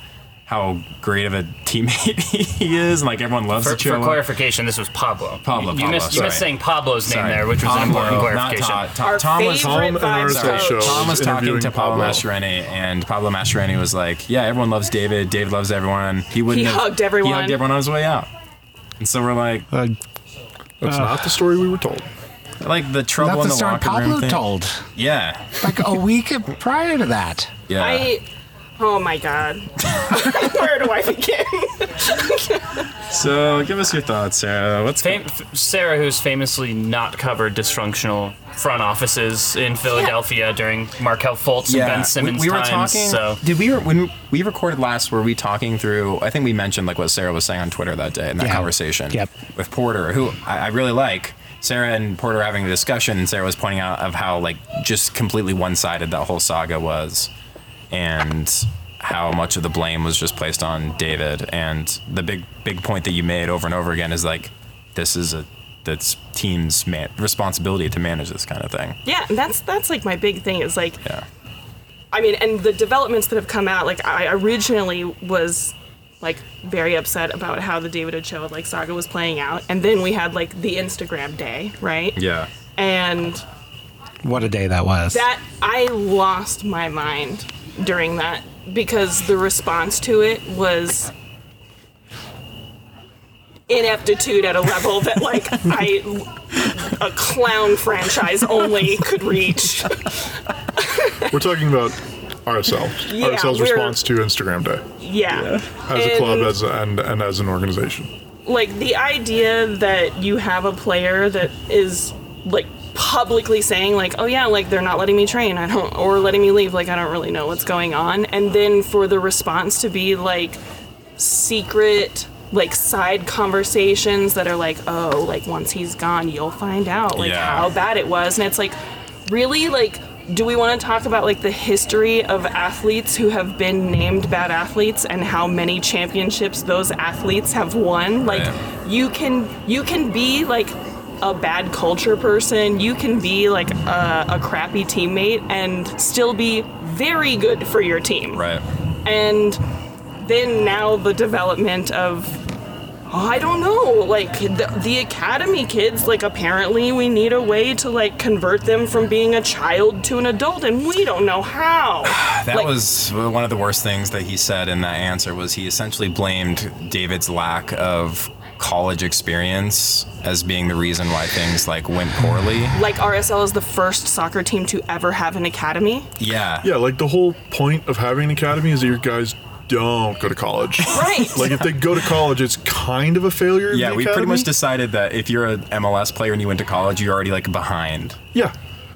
how great of a teammate he is, and like everyone loves
For,
the show.
for clarification, this was Pablo.
Pablo,
You, you
Pablo,
missed, you missed
sorry.
saying Pablo's name there, which was an important clarification.
Not Todd.
Our
Tom, Tom was
favorite
Tom and
vibes
RSL
coach.
show.
Tom was
was
talking
interviewing
to Pablo
Pablo.
Maschereni, and Pablo Maschereni was like, "Yeah, everyone loves David. David loves everyone. He wouldn't.
He
have-
hugged everyone.
He hugged everyone on his way out." And so we're like,
Uh,
That's not the story we were told.
like the trouble
that's
in
the
the
story
locker room
Pablo
thing.
told
Yeah,
like a week prior to that.
yeah.
I. Oh my god. Where do I begin?
so give us your thoughts, Sarah. What's
Fam- f- Sarah, who's famously not covered dysfunctional front offices in Philadelphia during Markel Fultz and Ben Simmons
we, we were
times,
talking.
so
Did we when we recorded last? Were we talking through? I think we mentioned like what Sarah was saying on Twitter that day in that
Yeah.
conversation.
Yep.
With Porter, who I, I really like. Sarah and Porter were having a discussion, and Sarah was pointing out of how like just completely one-sided that whole saga was, and how much of the blame was just placed on David. And the big big point that you made over and over again is like, this is a that's team's man- responsibility to manage this kind of thing.
yeah, and that's that's like my big thing is like
Yeah.
I mean, and the developments that have come out, like I originally was like very upset about how the David Ochoa like saga was playing out, and then we had like the Instagram day, right?
Yeah.
And
What a day that was.
that I lost my mind during that because the response to it was ineptitude at a level that like I a clown franchise only could reach.
We're talking about RSL.
Yeah,
RSL's
we're-
response to Instagram Day
Yeah.
as a club,
And-
as a, and and as an organization.
like the idea that you have a player that is like publicly saying like oh yeah like they're not letting me train i don't or letting me leave like i don't really know what's going on and then for the response to be like secret like side conversations that are like oh like once he's gone you'll find out like
Yeah.
how bad it was and it's like really like do we want to talk about like the history of athletes who have been named bad athletes and how many championships those athletes have won like
Right.
you can you can be like a bad culture person you can be like a, a crappy teammate and still be very good for your team
Right.
and then now the development of oh, I don't know, like the, the academy kids, like apparently we need a way to like convert them from being a child to an adult, and we don't know how.
That
Like-
was one of the worst things that he said in that answer was he essentially blamed David's lack of college experience as being the reason why things like went poorly.
like RSL is the first soccer team to ever have an academy,
Yeah.
Yeah, like the whole point of having an academy is that your guys don't go to college.
right?
like if they go to college, it's kind of a failure. of
Yeah,
the
we pretty
academy.
much decided that if you're an MLS player and you went to college, you're already like behind.
Yeah.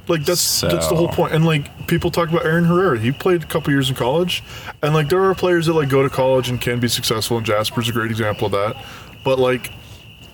Like that's that's the whole
So-
point. And like people talk about Aaron Herrera. He played a couple years in college. And like there are players that like go to college and can be successful and Jasper's a great example of that. But like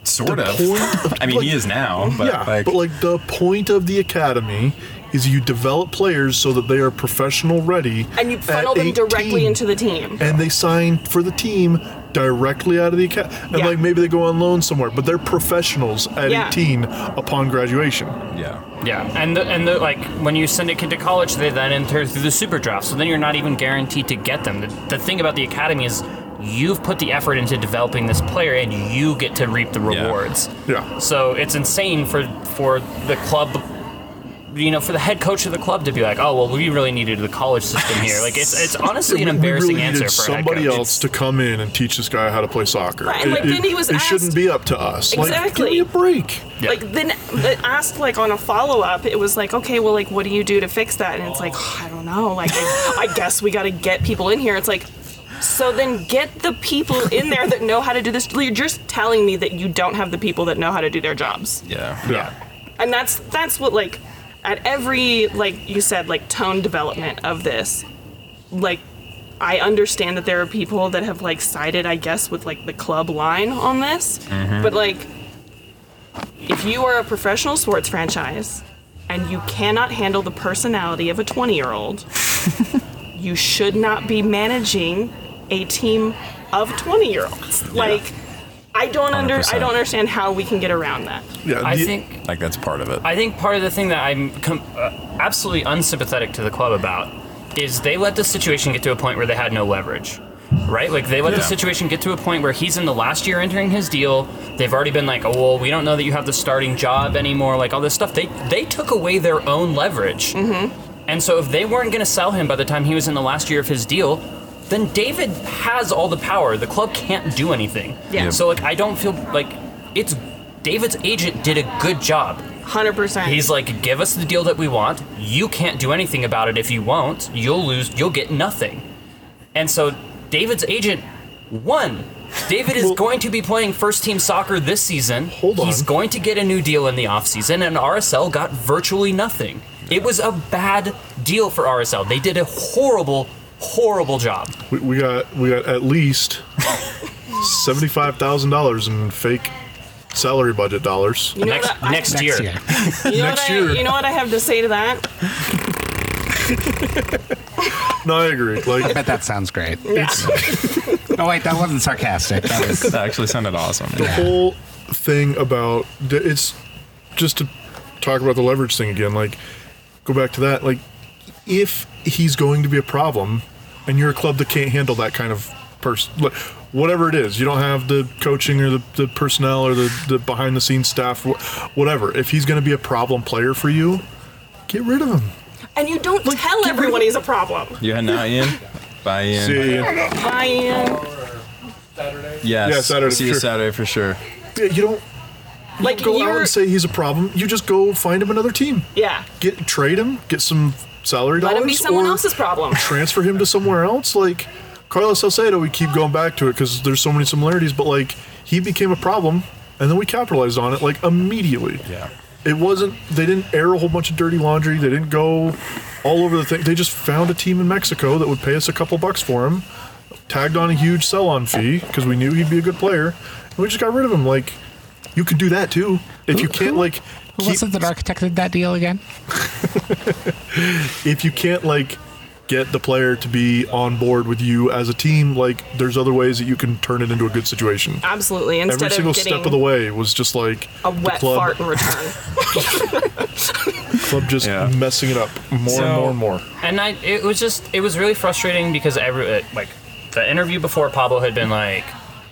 Sort
The
of.
point of-
I mean, he
like-
is now, but
yeah,
like,
but like the point of the academy is you develop players so that they are professional ready
And you
at
funnel them
18,
directly into the team.
and they sign for the team directly out of the academy. And
Yeah.
like maybe they go on loan somewhere, but they're professionals at
Yeah.
18 upon graduation.
Yeah.
Yeah, and the, and the, like when you send a kid to college, they then enter through the super draft. So then you're not even guaranteed to get them. The, the thing about the academy is you've put the effort into developing this player, and you get to reap the
Yeah.
rewards.
Yeah.
So it's insane for for the club, you know, for the head coach of the club to be like, oh well, we really needed the college system here. Like it's it's honestly an
We- we
embarrassing
really
answer
needed
for a
somebody
head coach.
else to come in and teach this guy how to play soccer.
Right, and, like, then he was
it
asked-
shouldn't be up to us. Like, give
Exactly.
me a break.
Yeah.
Like then it asked like on a follow up, it was like, okay, well, like, what do you do to fix that? And it's like, "Oh, I don't know. Like, I, I guess we got to get people in here. It's like, so then get the people in there that know how to do this. You're just telling me that you don't have the people that know how to do their jobs,
Yeah.
Yeah.
and that's that's what like at every like you said like tone development of this, like. I understand that there are people that have like sided, I guess, with like the club line on this,
Mm-hmm.
but like if you are a professional sports franchise and you cannot handle the personality of a 20 year old, you should not be managing a team of 20 year olds. Like, I don't under, I
100%.
don't understand how we can get around that.
Yeah.
I
the-
think
Like that's part of it.
I think part of the thing that I'm com- uh, absolutely unsympathetic to the club about is they let the situation get to a point where they had no leverage, right? Like they let the
Yeah.
situation get to a point where he's in the last year entering his deal. They've already been like, oh, well, we don't know that you have the starting job anymore, like all this stuff. They they took away their own leverage, mm-hmm. and so if they weren't going to sell him by the time he was in the last year of his deal. Then David has all the power. The club can't do anything.
Yeah.
So like, I don't feel like it's David's agent did a good job.
100%.
He's like, give us the deal that we want. You can't do anything about it if you won't. You'll lose. You'll get nothing. And so David's agent won. David is going to be playing first team soccer this season.
Hold
He's
on.
going to get a new deal in the offseason, and RSL got virtually nothing. It was a bad deal for RSL. They did a horrible, horrible job.
We, we got we got at least seventy five thousand dollars in fake salary budget dollars.
you know
next
what I-
next, year.
Next year.
you know
next
what I,
year.
You know what I have to say to that?
No, I agree. Like
But that sounds great. oh wait, that wasn't sarcastic. That was
that actually sounded awesome.
the whole thing about the- it's just to talk about the leverage thing again like go back to that like if he's going to be a problem and you're a club that can't handle that kind of person like, whatever it is you don't have the coaching or the, the personnel or the, the behind the scenes staff wh- whatever if he's going to be a problem player for you get rid of him
And you don't tell everyone he's a problem.
You had now, Ian. Bye, Ian.
See, you
Ryan.
Yes.
Yeah, Saturday
See
for
you
sure.
Saturday for sure.
you don't
Like,
go out
you're.
and say he's a problem you just go find him another team
yeah.
get trade him get some salary
Let
dollars
him be someone
or-
else's problem.
transfer him to somewhere else? Like Carlos Salcedo, we keep going back to it because there's so many similarities, but like he became a problem, and then we capitalized on it like immediately.
Yeah.
It wasn't. They didn't air a whole bunch of dirty laundry. They didn't go all over the thing. They just found a team in Mexico that would pay us a couple bucks for him, tagged on a huge sell-on fee because we knew he'd be a good player, and we just got rid of him. Like you can do that too if you can't like
who
keep-
was it that architected that deal again?
if you can't like get the player to be on board with you as a team, like there's other ways that you can turn it into a good situation.
Absolutely. Instead
Every single
of getting
step of the way was just like
a wet
the club,
fart in return.
club just
Yeah.
messing it up more and
So-
more and more.
and I, it was just, it was really frustrating because every, uh, like, the interview before Pablo had been like,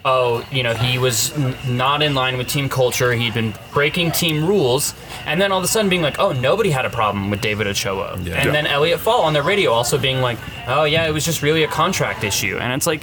oh, you know, he was n- not in line with team culture. He'd been breaking team rules, and then all of a sudden being like, oh, nobody had a problem with David Ochoa,
Yeah.
and
Yeah.
then Elliot Fall on the radio also being like, oh yeah, it was just really a contract issue, and it's like.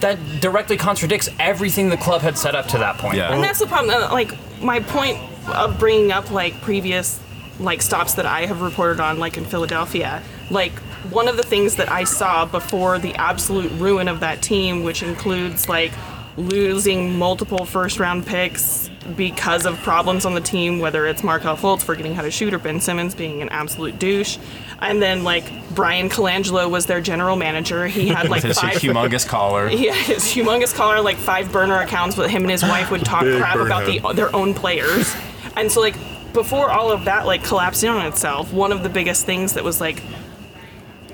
That directly contradicts everything the club had set up to that point.
And
Yeah.
that's the problem. uh, Like my point of bringing up like previous like stops that I have reported on, like in Philadelphia, like one of the things that I saw before the absolute ruin of that team, which includes like losing multiple first round picks because of problems on the team, whether it's Markel Fultz forgetting how to shoot or Ben Simmons being an absolute douche. And then like Brian Colangelo was their general manager. He had like
It's a
five
humongous collar.
yeah, his humongous collar, like five burner accounts, but him and his wife would talk
Big
crap
burn
about the,
head.
their own players. And so, like, before all of that, like, collapsed in on itself, one of the biggest things that was, like,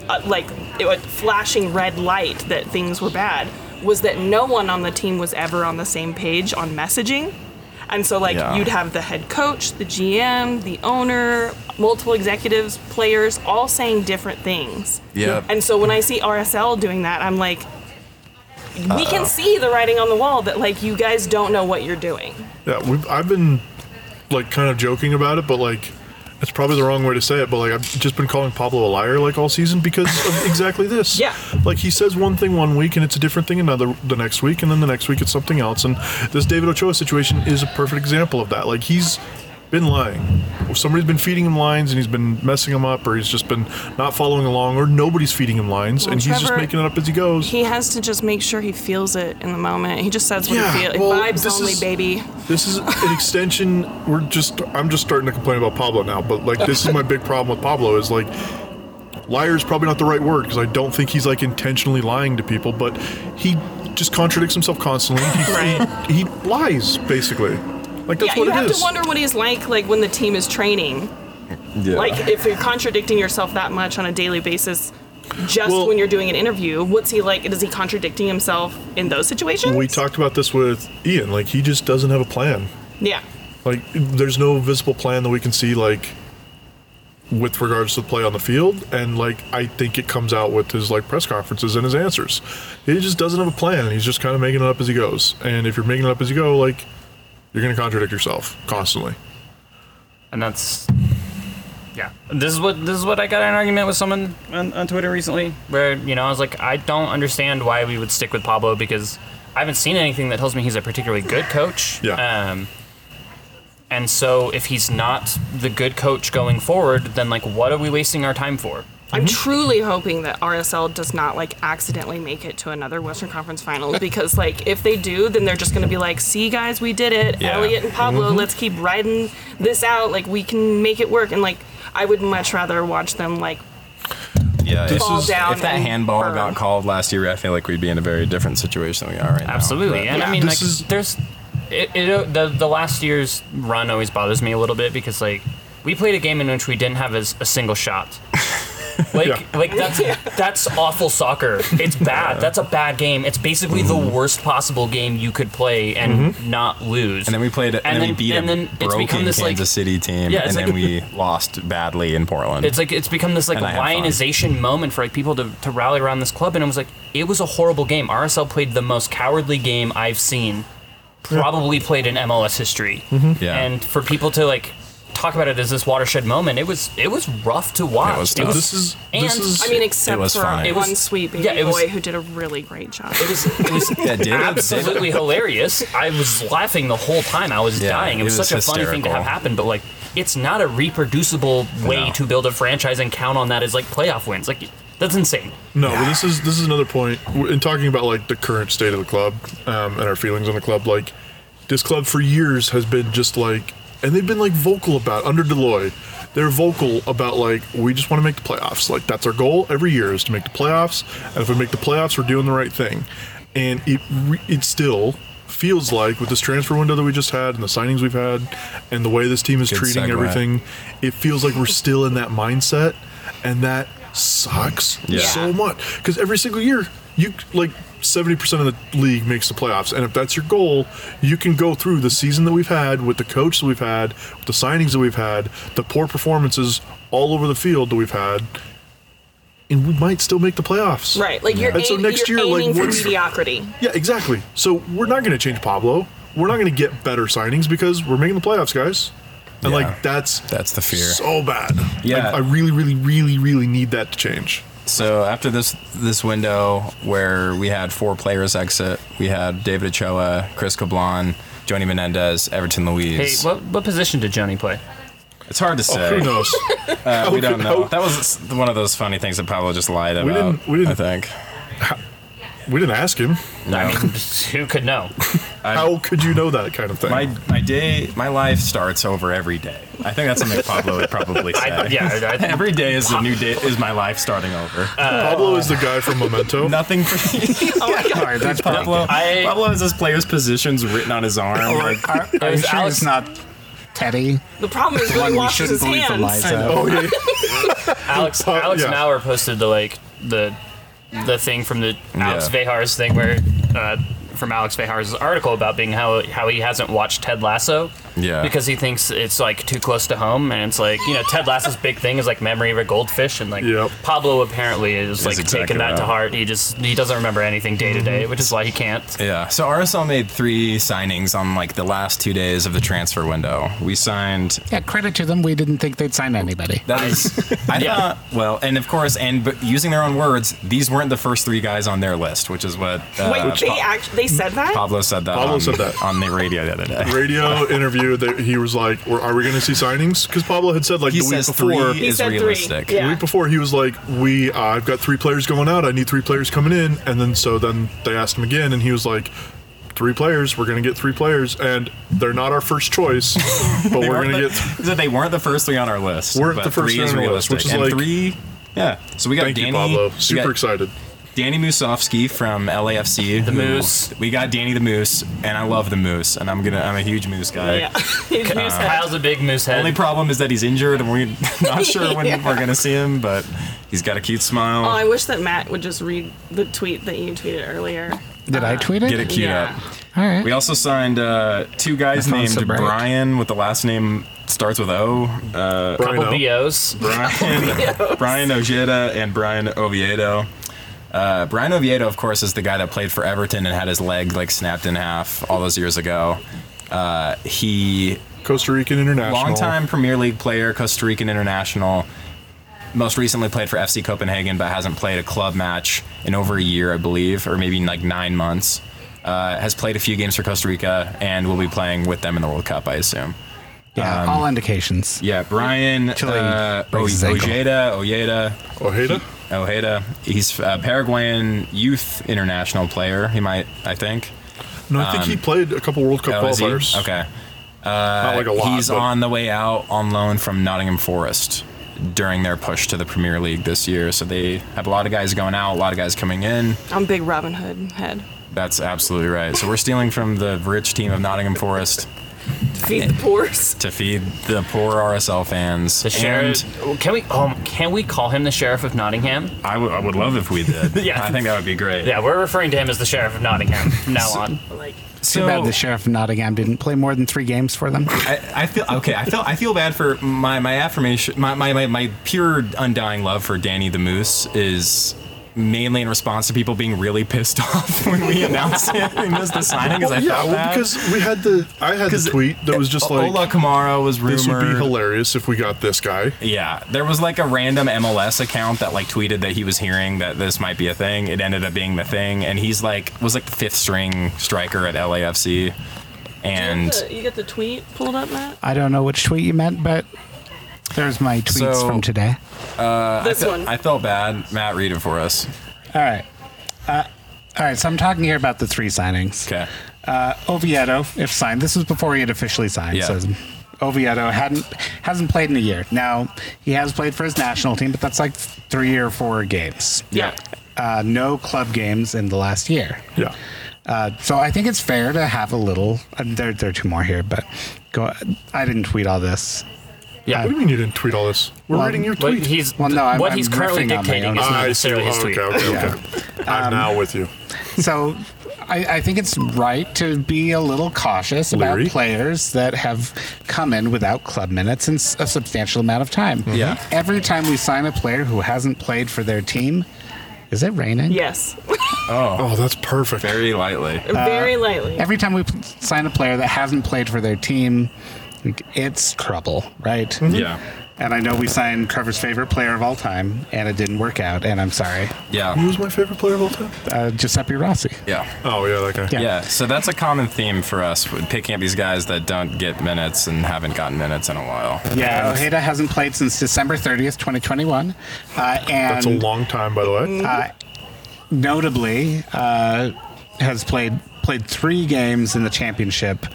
uh, like, it was flashing red light that things were bad was that no one on the team was ever on the same page on messaging. And so, like,
Yeah.
you'd have the head coach, the GM, the owner, multiple executives, players, all saying different things.
Yep.
And so, when I see RSL doing that, I'm like, we can see the writing on the wall that, like, you guys don't know what you're doing.
Yeah, we've, I've been like kind of joking about it, but like it's probably the wrong way to say it. But like I've just been calling Pablo a liar like all season because of exactly this.
Yeah.
like he says one thing one week and it's a different thing another the next week, and then the next week it's something else. And this David Ochoa situation is a perfect example of that. Like he's been lying. Somebody's been feeding him lines and he's been messing them up, or he's just been not following along, or nobody's feeding him lines
Well,
and he's just
Trevor-
making it up as he goes.
He has to just make sure he feels it in the moment. He just says what he feels.
well,
Vibes
this
only,
is-
baby.
This is an extension. We're just. I'm just starting to complain about Pablo now, but like this is my big problem with Pablo is like liar is probably not the right word because I don't think he's like intentionally lying to people, but he just contradicts himself constantly. He, he, he lies basically. Like that's
yeah,
what
you
it
have
is.
to wonder what he's like, like when the team is training.
Yeah.
Like if you're contradicting yourself that much on a daily basis, just
Well-
when you're doing an interview, what's he like? Is he contradicting himself in those situations?
we talked about this with Ian. Like he just doesn't have a plan.
Yeah.
Like there's no visible plan that we can see. Like with regards to the play on the field and like I think it comes out with his like press conferences and his answers. He just doesn't have a plan. He's just kind of making it up as he goes. And if you're making it up as you go, like you're going to contradict yourself constantly.
and that's yeah this is what this is what i got in an argument with someone on, on twitter recently where you know i was like i don't understand why we would stick with pablo because i haven't seen anything that tells me he's a particularly good coach
Yeah.
um, and so if he's not the good coach going forward then like what are we wasting our time for Mm-hmm.
Mm-hmm.
I'm truly hoping that RSL does not like accidentally make it to another Western Conference Finals because like if they do, then they're just gonna be like, "See guys, we did it.
Yeah.
Elliot and Pablo,
Mm-hmm.
let's keep riding this out. Like we can make it work." And like I would much rather watch them like
Yeah,
This
fall
is-
down.
if that
and
handball
burn.
got called last year, I feel like we'd be in a very different situation than we are right now.
Absolutely, and
Yeah.
I mean,
This
like,
is-
there's it, it. The the last year's run always bothers me a little bit because like we played a game in which we didn't have a, s- a single shot. Like,
Yeah.
like that's that's awful soccer. It's bad. That's a bad game. It's basically the
Mm.
worst possible game you could play and
Mm-hmm.
not lose.
And then we played, and,
And
then,
then-
we beat
and
a
then it's become
broken
this, like-
Kansas City team,
Yeah,
and
it's
then
like-
we lost badly in Portland.
It's like it's become this like
And I had fun.
lionization moment for like people to, to rally around this club, and it was like it was a horrible game. RSL played the most cowardly game I've seen, probably played in MLS history.
Yeah.
And for people to like talk about it as this watershed moment, it was it was rough to watch.
was
it
tough.
This is
And,
this is
I mean, except
It was
for
fine. It
was-
one sweet baby
yeah, it was-
boy who did a really great job.
it was, it was
yeah, David,
absolutely hilarious. I was laughing the whole time. I was
Yeah,
dying. It
it
was,
was
such a funny thing to have
hysterical.
happen, but like it's not a reproducible way
No.
to build a franchise and count on that as like playoff wins. Like that's insane.
No, but this is this is another point in talking about like the current state of the club um, and our feelings on the club. Like this club for years has been just like, and they've been like vocal about under Deloitte. They're vocal about like we just want to make the playoffs. Like that's our goal every year is to make the playoffs, and if we make the playoffs, we're doing the right thing. And it re- it still feels like with this transfer window that we just had and the signings we've had and the way this team is
Good
treating
segue.
everything, it feels like we're still in that mindset, and that sucks
Yeah.
so much because every single year you like 70% of the league makes the playoffs and if that's your goal you can go through the season that we've had with the coach that we've had with the signings that we've had the poor performances all over the field that we've had and we might still make the playoffs
Right, like you're,
And so
aim-
next
you're
year, like,
aiming for
what's-
mediocrity.
yeah exactly so we're not going to change pablo we're not going to get better signings because we're making the playoffs guys and
Yeah.
like that's
That's the fear.
so bad
Yeah.
like, i really really really really need that to change
So after this this window where we had four players exit, we had David Ochoa, Chris Cablon, Joni Menendez, Everton
Hey,
Louise.
what what position did Johnny play?
It's hard to
Oh, who
say.
knows
Uh, we don't
how-
know. That was one of those funny things that Pablo just lied about.
We didn't- we didn't-
I think.
we didn't ask him
I mean, who could know?
How could you know that kind of thing?
My my day, my life starts over every day. I think that's something Pablo would probably say.
I, yeah, I, I think
Every day is a new day. Is my life starting over?
Pablo is the guy from Memento.
Uh, Nothing for
Oh
All right, that's probably
Pablo.
I-
Pablo has his player's positions written on his arm. Like,
Are,
Uh,
are you
was
sure
Alex-
it's not Teddy?
The problem is
One
Billy
we
washes
shouldn't
his
believe
hands.
Eliza.
oh yeah,
Alex
Oh,
Alex
yeah.
Maurer posted the like the the thing from the Alex
Yeah.
Vejar's thing where uh, from Alex Behar's article about being how how he hasn't watched Ted Lasso.
Yeah.
Because he thinks it's like too close to home, and it's like you know Ted Lasso's big thing is like memory of a goldfish, and like
Yep.
Pablo apparently is like
exactly
taking that to
right. Mm-hmm.
heart. He just he doesn't remember anything day to day, which is why he can't.
Yeah. So RSL made three signings on like the last two days of the transfer window. We signed.
Yeah, credit to them. We didn't think they'd sign anybody.
That is, I
Yeah.
thought. Well, and of course, and but using their own words, these weren't the first three guys on their list, which is what uh,
Wait, they
Pa-
act- they said that?
Pablo said that.
Pablo
on,
said that.
on the radio the other day.
Radio interview that he was like, "Well, "Are we going to see signings?" Because Pablo had said like
He
the week
says
before.
three
He
is
said three,
realistic.
yeah.
The week before, he was like, "We, uh, I've got three players going out. I need three players coming in." And then so then they asked him again, and he was like, three players. We're going to get three players, and they're not our first choice, but we're
They weren't
going to
the-
get." Th-
he said they weren't the first three on our list.
Weren't
but
the first
three
three
is
on our list,
realistic.
which is
and
like-
three. Yeah. So we got
Thank
Danny.
you, Pablo.
we
Super
got
excited.
Danny Musovsky from LAFC. The
Moose.
We got Danny the Moose, and I love the Moose, and I'm gonna. I'm a huge Moose guy. Um,
Yeah. His news head.
Kyle's a big moose head.
Only problem is that he's injured, and we're not sure when
Yeah.
we're gonna see him. But he's got a cute smile.
Oh, I wish that Matt would just read the tweet that you tweeted earlier.
Did I tweet it?
Uh, Get it queued
Yeah.
up.
All right.
We also signed uh, two guys
My
named
phone's so bright.
Brian with the last name starts with O. Uh,
Brian
Couple
O.
BOs.
Brian, Brian Ojeda and Brian Oviedo. Uh, Brian Oviedo, of course, is the guy that played for Everton and had his leg like snapped in half all those years ago. Uh, he
Costa Rican international.
Longtime Premier League player, Costa Rican international. Most recently played for FC Copenhagen, but hasn't played a club match in over a year, I believe, or maybe like nine months. Uh, has played a few games for Costa Rica and will be playing with them in the World Cup, I assume. Um,
yeah, all indications.
Yeah, Brian
Till he
uh, O-
breaks his ankle.
Ojeda, Ojeda,
Ojeda.
Ojeda. He's a Paraguayan youth international player. He might, I think. Um,
No, I think he played a couple World Cup
Oh, is he?
qualifiers.
Okay. Uh,
not like a lot.
He's
but
on the way out on loan from Nottingham Forest during their push to the Premier League this year. So they have a lot of guys going out, a lot of guys coming in.
I'm big Robin Hood head.
That's absolutely right. So we're stealing from the rich team of Nottingham Forest
Feed the poors.
to feed the poor RSL fans.
The sheriff.
And
Can we um, can we call him the sheriff of Nottingham?
I would- I would love if we did.
Yeah.
I think that would be great.
Yeah, we're referring to him as the sheriff of Nottingham from now on.
Like,
Too bad the sheriff of Nottingham didn't play more than three games for them.
I, I feel okay. I feel I feel bad for my my affirmation. My, my my my pure undying love for Danny the Moose is mainly in response to people being really pissed off when we announced him we missed the signing because I
Oh, yeah,
felt
well,
bad.
because we had the I had the tweet that was just
O-
like
Ola Kamara was rumored.
this would be hilarious if we got this guy.
Yeah, there was like a random MLS account that like tweeted that he was hearing that this might be a thing. It ended up being the thing, and he's like was like the fifth string striker at LAFC,
you,
and.
got the, you got the tweet pulled up, Matt?
I don't know which tweet you meant, but there's my tweets
So- Uh,
from today.
this
I fe-
one.
I felt bad. Matt, read it for us.
All right. Uh, all right, so I'm talking here about the three signings.
Okay.
Uh, Oviedo, if signed, this was before he had officially signed.
Yeah.
So Oviedo hadn't hasn't played in a year. Now he has played for his national team, but that's like three or four games.
yeah.
Uh, no club games in the last year.
Yeah.
Uh, so I think it's fair to have a little. Uh, there, there are two more here, but go. I didn't tweet all this. Uh,
Yeah.
What do you mean you didn't tweet all this? We're reading your
What
tweet.
he's
Well, no, I'm-
what he's
I'm
currently
riffing on my
dictating
own-
is
Ah,
not
I see.
necessarily his
okay,
tweet.
okay,
Yeah. Um,
okay. I'm now with you.
So I, I think it's right to be a little cautious about
Leery.
players that have come in without club minutes in s- a substantial amount of time.
Yeah.
Every time we sign a player who hasn't played for their team, is it raining?
Yes. Uh,
Oh, that's perfect.
Very lightly.
Very lightly.
Every time we p- sign a player that hasn't played for their team, like, it's trouble, right?
Mm-hmm.
Yeah.
And I know we signed Trevor's favorite player of all time, and it didn't work out. And I'm sorry,
Who
Yeah.
was my favorite player of all time?
uh, Giuseppe Rossi.
Yeah.
Oh yeah, that guy.
Yeah.
Yeah. So that's a common theme for us with picking up these guys that don't get minutes and haven't gotten minutes in a while.
Yeah,
And
Ojeda hasn't played since December 30th, 2021. Uh, and Uh,
That's a long time, by the way.
notably uh, has played played three games in the championship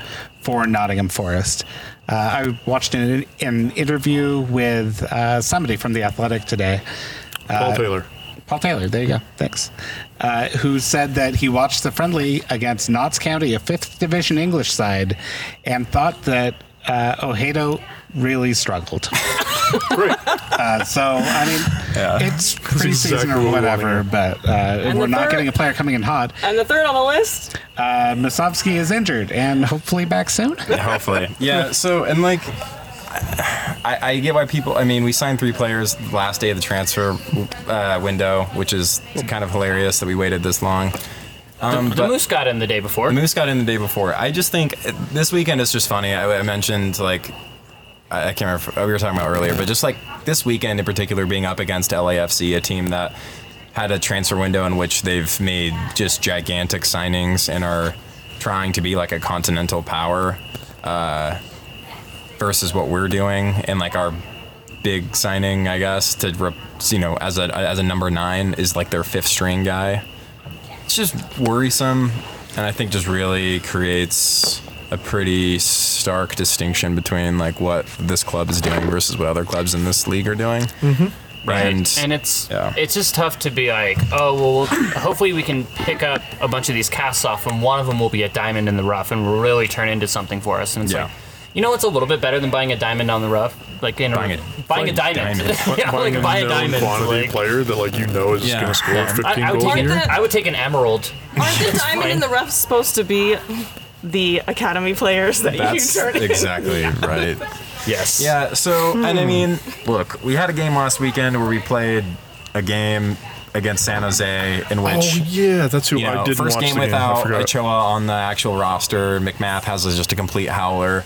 for Nottingham Forest. Uh, I watched an, an interview with uh, somebody from the Athletic today. uh,
Paul Taylor.
Paul Taylor, there you go. Thanks. Uh, who said that he watched the friendly against Notts County, a fifth division English side, and thought that uh, Ojeda really struggled.
Great.
Uh, so I mean, it's preseason
exactly what we
or
wanted.
whatever, but uh, we're
the
not
third-
getting a player coming in hot.
And the third on the list,
Uh, Masovsky is injured and hopefully back soon.
hopefully. Yeah. So and like, I, I get why people. I mean, we signed three players the last day of the transfer uh, window, which is kind of hilarious that we waited this long. Um,
The
but-
moose got in the day before.
Moose got in the day before. I just think uh, this weekend is just funny. I, I mentioned like I, I can't remember if- we were talking about earlier, but just like this weekend in particular, being up against LAFC, a team that had a transfer window in which they've made just gigantic signings and are trying to be like a continental power uh, versus what we're doing and like our big signing, I guess, to rep, you know as a as a number nine is like their fifth string guy it's just worrisome and i think just really creates a pretty stark distinction between like what this club is doing versus what other clubs in this league are doing mm-hmm.
and,
and,
and it's
yeah.
it's just tough to be like, oh well, we'll hopefully we can pick up a bunch of these casts off, and one of them will be a diamond in the rough, and will really turn into something for us. And it's
Yeah.
like, you know, what's a little bit better than buying a diamond on the rough, like in
Buying
a,
a-
buying a
buying a
diamond.
diamond.
yeah, like buy a
known
diamond.
quantity
Like,
player that like you know is
Yeah.
going to score
Yeah. I- I
15
I, I would
goals a
take an,
year.
year?
I would take an emerald.
aren't the diamond
fine.
and the rough supposed to be the academy players that
that's
you turn in?
exactly right
Yes.
yeah so and i mean look we had a game last weekend where we played a game against san jose in which
Oh yeah, that's who
you know,
I didn't
first
watch
game
the game. I
without
forgot.
Ochoa on the actual roster. McMath has a, just a complete howler.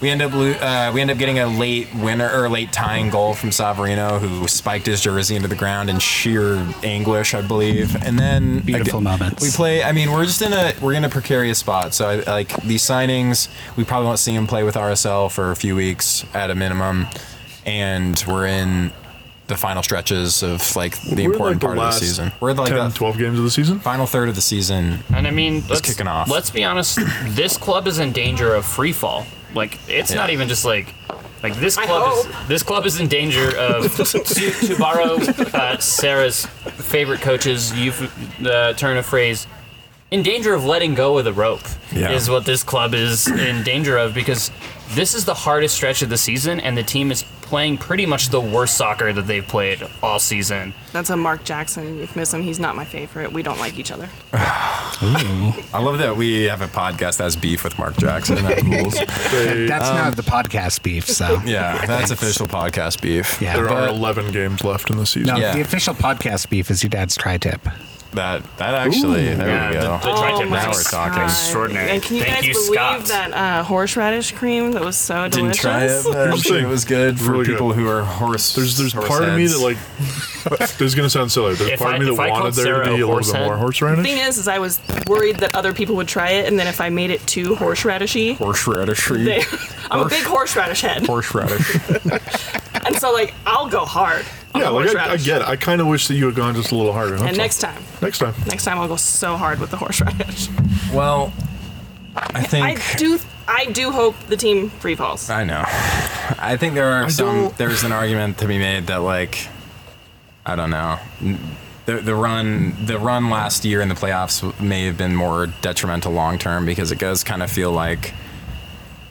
We end up lo- uh, we end up getting a late winner or late tying goal from Savarino, who spiked his jersey into the ground in sheer anguish, I believe. And then
Beautiful moments.
We play. I mean, we're just in a we're in a precarious spot. So I, like these signings, we probably won't see him play with RSL for a few weeks at a minimum, and we're in. The final stretches of like the
We're
important
like the
part of
last
the season. We're like
10,
that
12 games of the season.
final third of the season.
And I mean, let's,
kicking off.
Let's be honest. This club is in danger of free fall. Like it's not
Yeah.
even just like like this club is this club is in danger of to, to borrow uh, Sarah's favorite coach's euph- uh, turn of phrase. In danger of letting go of the rope
Yeah.
is what this club is in danger of because this is the hardest stretch of the season and the team is playing pretty much the worst soccer that they've played all season.
That's a Mark Jackson. You've missed him. He's not my favorite. We don't like each other.
I love that we have a podcast that's beef with Mark Jackson. That rules. Um,
They,
That's not the podcast beef, so
yeah, that's official podcast beef.
Yeah.
there are
but-
11 games left in the season.
No,
Yeah.
the official podcast beef is your dad's tri tip.
That that actually. there
yeah,
we
the- the
go.
tri- Tried to- now
we're talking.
Extraordinary.
And can you
Thank
guys
you,
believe
Scott.
that uh, horseradish cream that was so
didn't
delicious?
try it, but I'm sure it was good for
Really good.
people who are horse.
There's there's
horse
part of me
heads.
that like this is gonna sound silly. There's
If
part
I-
of me
if I
that wanted
called
there to
Sarah
be
a
a
horse
little bit
head-
more
The
horseradish.
thing is, is I was worried that other people would try it, and then if I made it too horseradishy,
horse radish.
they, I'm a big horseradish head,
Horse radish.
and so like I'll go hard. On
Yeah,
the
like I, I
horseradish.
get it. I kind of wish that you had gone just a little harder.
And next time,
next time,
next time I'll go so hard with the horseradish.
Well, I
I
think
do, I do hope the team free falls.
I know. I think there are some.
don't-
There's an argument to be made that like, I don't know. The, the run the run last year in the playoffs may have been more detrimental long term because it does kind of feel like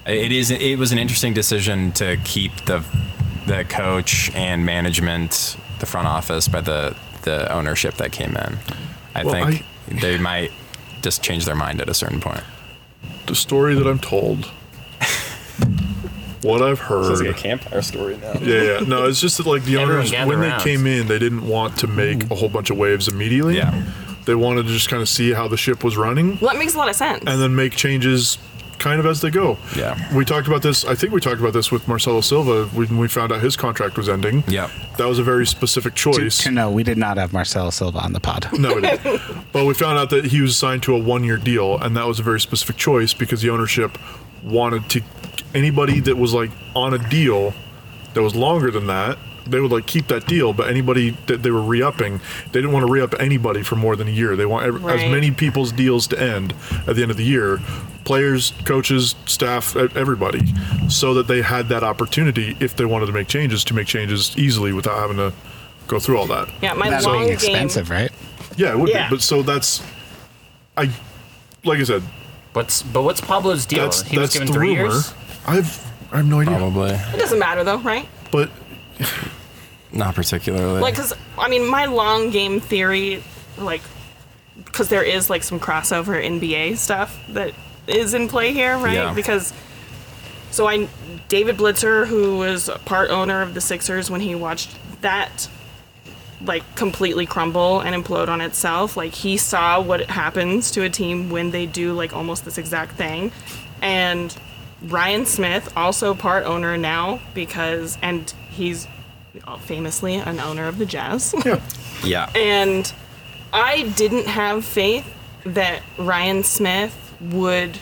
it is it was an interesting decision to keep the the coach and management the front office by the the ownership that came in. I
Well,
think they might just change their mind at a certain point.
the story that I'm told, what I've heard.
campfire story now.
yeah, yeah. No, it's just that like the
Everyone
owners
gather
when
around.
they came in, they didn't want to make a whole bunch of waves immediately.
Yeah.
They wanted to just kind of see how the ship was running
Well, that makes a lot of sense.
and then make changes kind of as they go.
Yeah.
We talked about this. I think we talked about this with Marcelo Silva when we found out his contract was ending.
Yep.
That was a very specific
To,
choice.
to know, we did not have Marcelo Silva on the pod.
No, we didn't. but we found out that he was signed to a one-year deal, and that was a very specific choice because the ownership wanted to anybody that was like on a deal that was longer than that. They would like keep that deal, but anybody that they were re-upping, they didn't want to re-up anybody for more than a year. They want ev-
Right.
as many people's deals to end at the end of the year, players, coaches, staff, e- everybody, so that they had that opportunity if they wanted to make changes to make changes easily without having to go through all that.
yeah, my
That's
long
being
game.
expensive, right?
Yeah, it would
Yeah.
be. But so that's, I, like I said,
What's but what's Pablo's deal?
that's
he was
that's
given
the
three
rumor.
years.
I've I have no idea.
Probably.
It doesn't matter though, right?
But
Not particularly.
Like, because, I mean, my long game theory, like, because there is, like, some crossover NBA stuff that is in play here, right?
Yeah.
Because, so I, David Blitzer, who was a part owner of the Sixers when he watched that, like, completely crumble and implode on itself, like, he saw what happens to a team when they do, like, almost this exact thing. And Ryan Smith, also part owner now, because, and he's famously an owner of the Jazz.
yeah.
and I didn't have faith that Ryan Smith would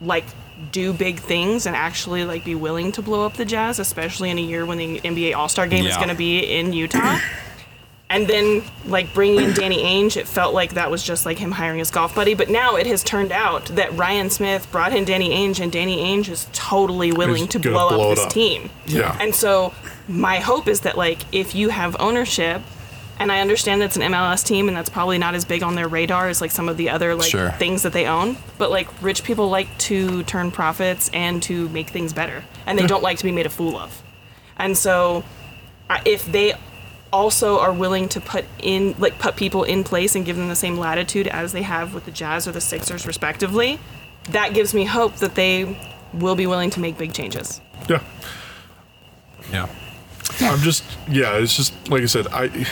like do big things and actually like be willing to blow up the Jazz, especially in a year when the NBA All Star Game is
Yeah.
going to be in Utah. and then like bringing in Danny Ainge, it felt like that was just like him hiring his golf buddy. But now it has turned out that Ryan Smith brought in Danny Ainge, and Danny Ainge is totally willing
He's
to
gonna
blow,
blow it
up this
up.
team.
Yeah.
And so my hope is that like if you have ownership and I understand that's an MLS team and that's probably not as big on their radar as like some of the other like
Sure.
things that they own, but like rich people like to turn profits and to make things better and they don't like to be made a fool of. And so I- if they also are willing to put in like put people in place and give them the same latitude as they have with the Jazz or the Sixers respectively, that gives me hope that they will be willing to make big changes.
Yeah.
yeah.
I'm just yeah, it's just like I said, I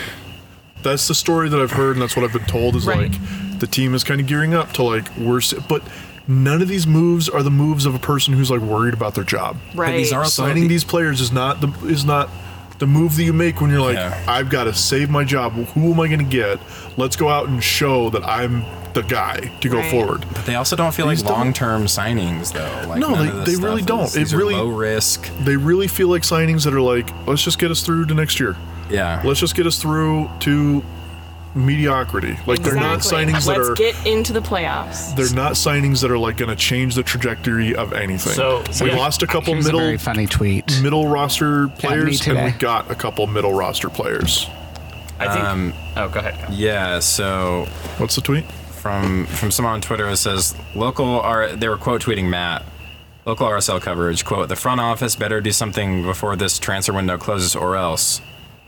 that's the story that I've heard and that's what I've been told is
Right.
like the team is kind of gearing up to like worse but none of these moves are the moves of a person who's like worried about their job.
Right.
these are- Also,
Signing
the-
these players is not the is not the move that you make when you're like,
Yeah.
I've got to save my job. Who am I going to get? Let's go out and show that I'm the guy to go
Right.
forward.
They also don't feel like
These don't-
long term signings though. Like
No,
none
they-
of this
they
stuff
really
is-
don't. It
These are
really-
low risk.
They really feel like signings that are like, let's just get us through to next year.
Yeah.
Let's just get us through to mediocrity. Like they're not
Exactly.
signings that
Let's
are
get into the playoffs.
they're not signings that are like going to change the trajectory of anything.
So-
we
yeah.
lost a couple
Here's a
middle
very funny tweet.
middle roster players and we
today.
got a couple middle roster players.
I think. oh, go ahead.
Um, yeah. So
What's the tweet?
from from someone on Twitter it says local R they were quote tweeting Matt. Local RSL coverage, quote, the front office better do something before this transfer window closes or else.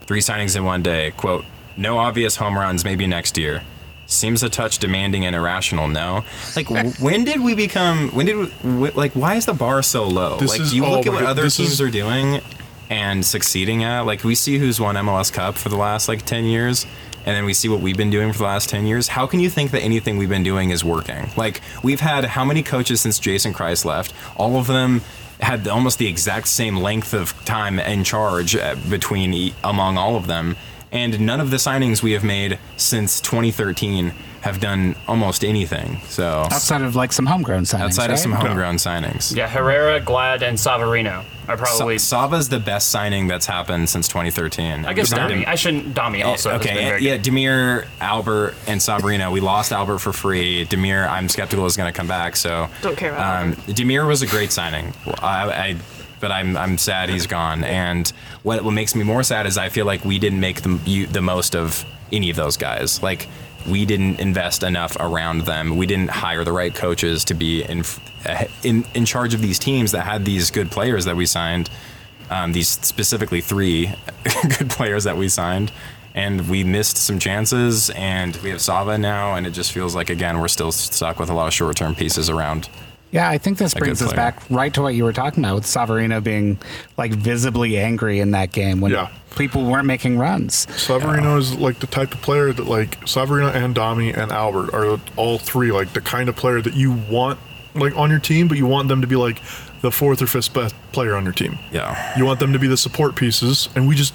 Three signings in one day, quote, no obvious home runs, maybe next year. Seems a touch demanding and irrational, no? Like, w- when did we become, when did, we, wh- like, why is the bar so low?
This
like,
is-
you
oh
look
my
at what
God,
other
this
teams
is-
are doing and succeeding at. Like, we see who's won MLS Cup for the last, like, 10 years, and then we see what we've been doing for the last 10 years. How can you think that anything we've been doing is working? Like, we've had how many coaches since Jason Christ left? All of them had almost the exact same length of time in charge uh, between e- among all of them and none of the signings we have made since 2013 have done almost anything. So
outside of like some homegrown signings.
outside of
right?
some homegrown signings,
Yeah, Herrera, Glad, and Savarino are
Sa-
probably.
Sava's the best signing that's happened since 2013.
I guess
Dom-
Dami. I shouldn't. Dami also. has been
Okay,
very
yeah,
good.
Demir, Albert, and Sabrina. We lost Albert for free. Demir, I'm skeptical is going to come back. So
Don't care about
um, Demir was a great signing. I, I, but I'm I'm sad he's gone. And what what makes me more sad is I feel like we didn't make the you, the most of any of those guys. Like we didn't invest enough around them. We didn't hire the right coaches to be in eh, in in charge of these teams that had these good players that we signed. Um, these specifically three good players that we signed. And we missed some chances, and we have Sava now, and it just feels like again we're still stuck with a lot of short-term pieces around.
Yeah, I think this
good
brings us
player.
back right to what you were talking about with Savarino being like visibly angry in that game when
Yeah.
people weren't making runs.
Savarino is like the type of player that like Savarino and Dami and Albert are all three like the kind of player that you want like on your team, but you want them to be like the fourth or fifth best player on your team.
Yeah.
You want them to be the support pieces, and we just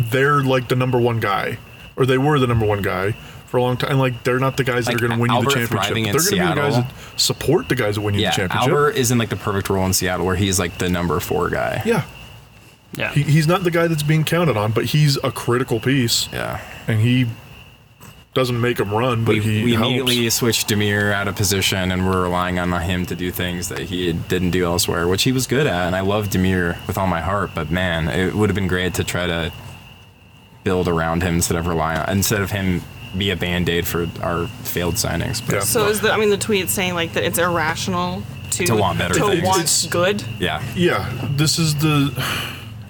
they're like the number one guy, or they were the number one guy for a long time. And like they're not the guys that
Like,
are going to win you the
Albert
championship.
thriving
They're
in
going to be the guys
Seattle.
that support the guys that win you
Yeah,
the championship.
Albert is in like the perfect role in Seattle where he's like the number four guy.
yeah,
Yeah.
he, he's not the guy that's being counted on, but he's a critical piece,
Yeah.
and he doesn't make them run, but
We,
he
we
helps.
immediately switched Demir out of position and we're relying on him to do things that he didn't do elsewhere, which he was good at. And I love Demir with all my heart, but man, it would have been great to try to build around him instead of rely on, instead of him be a band aid for our failed signings. But
Yeah.
So is the I mean the tweet saying like that it's irrational to
To want better
to
things.
want
It's-
good.
yeah.
yeah, this is the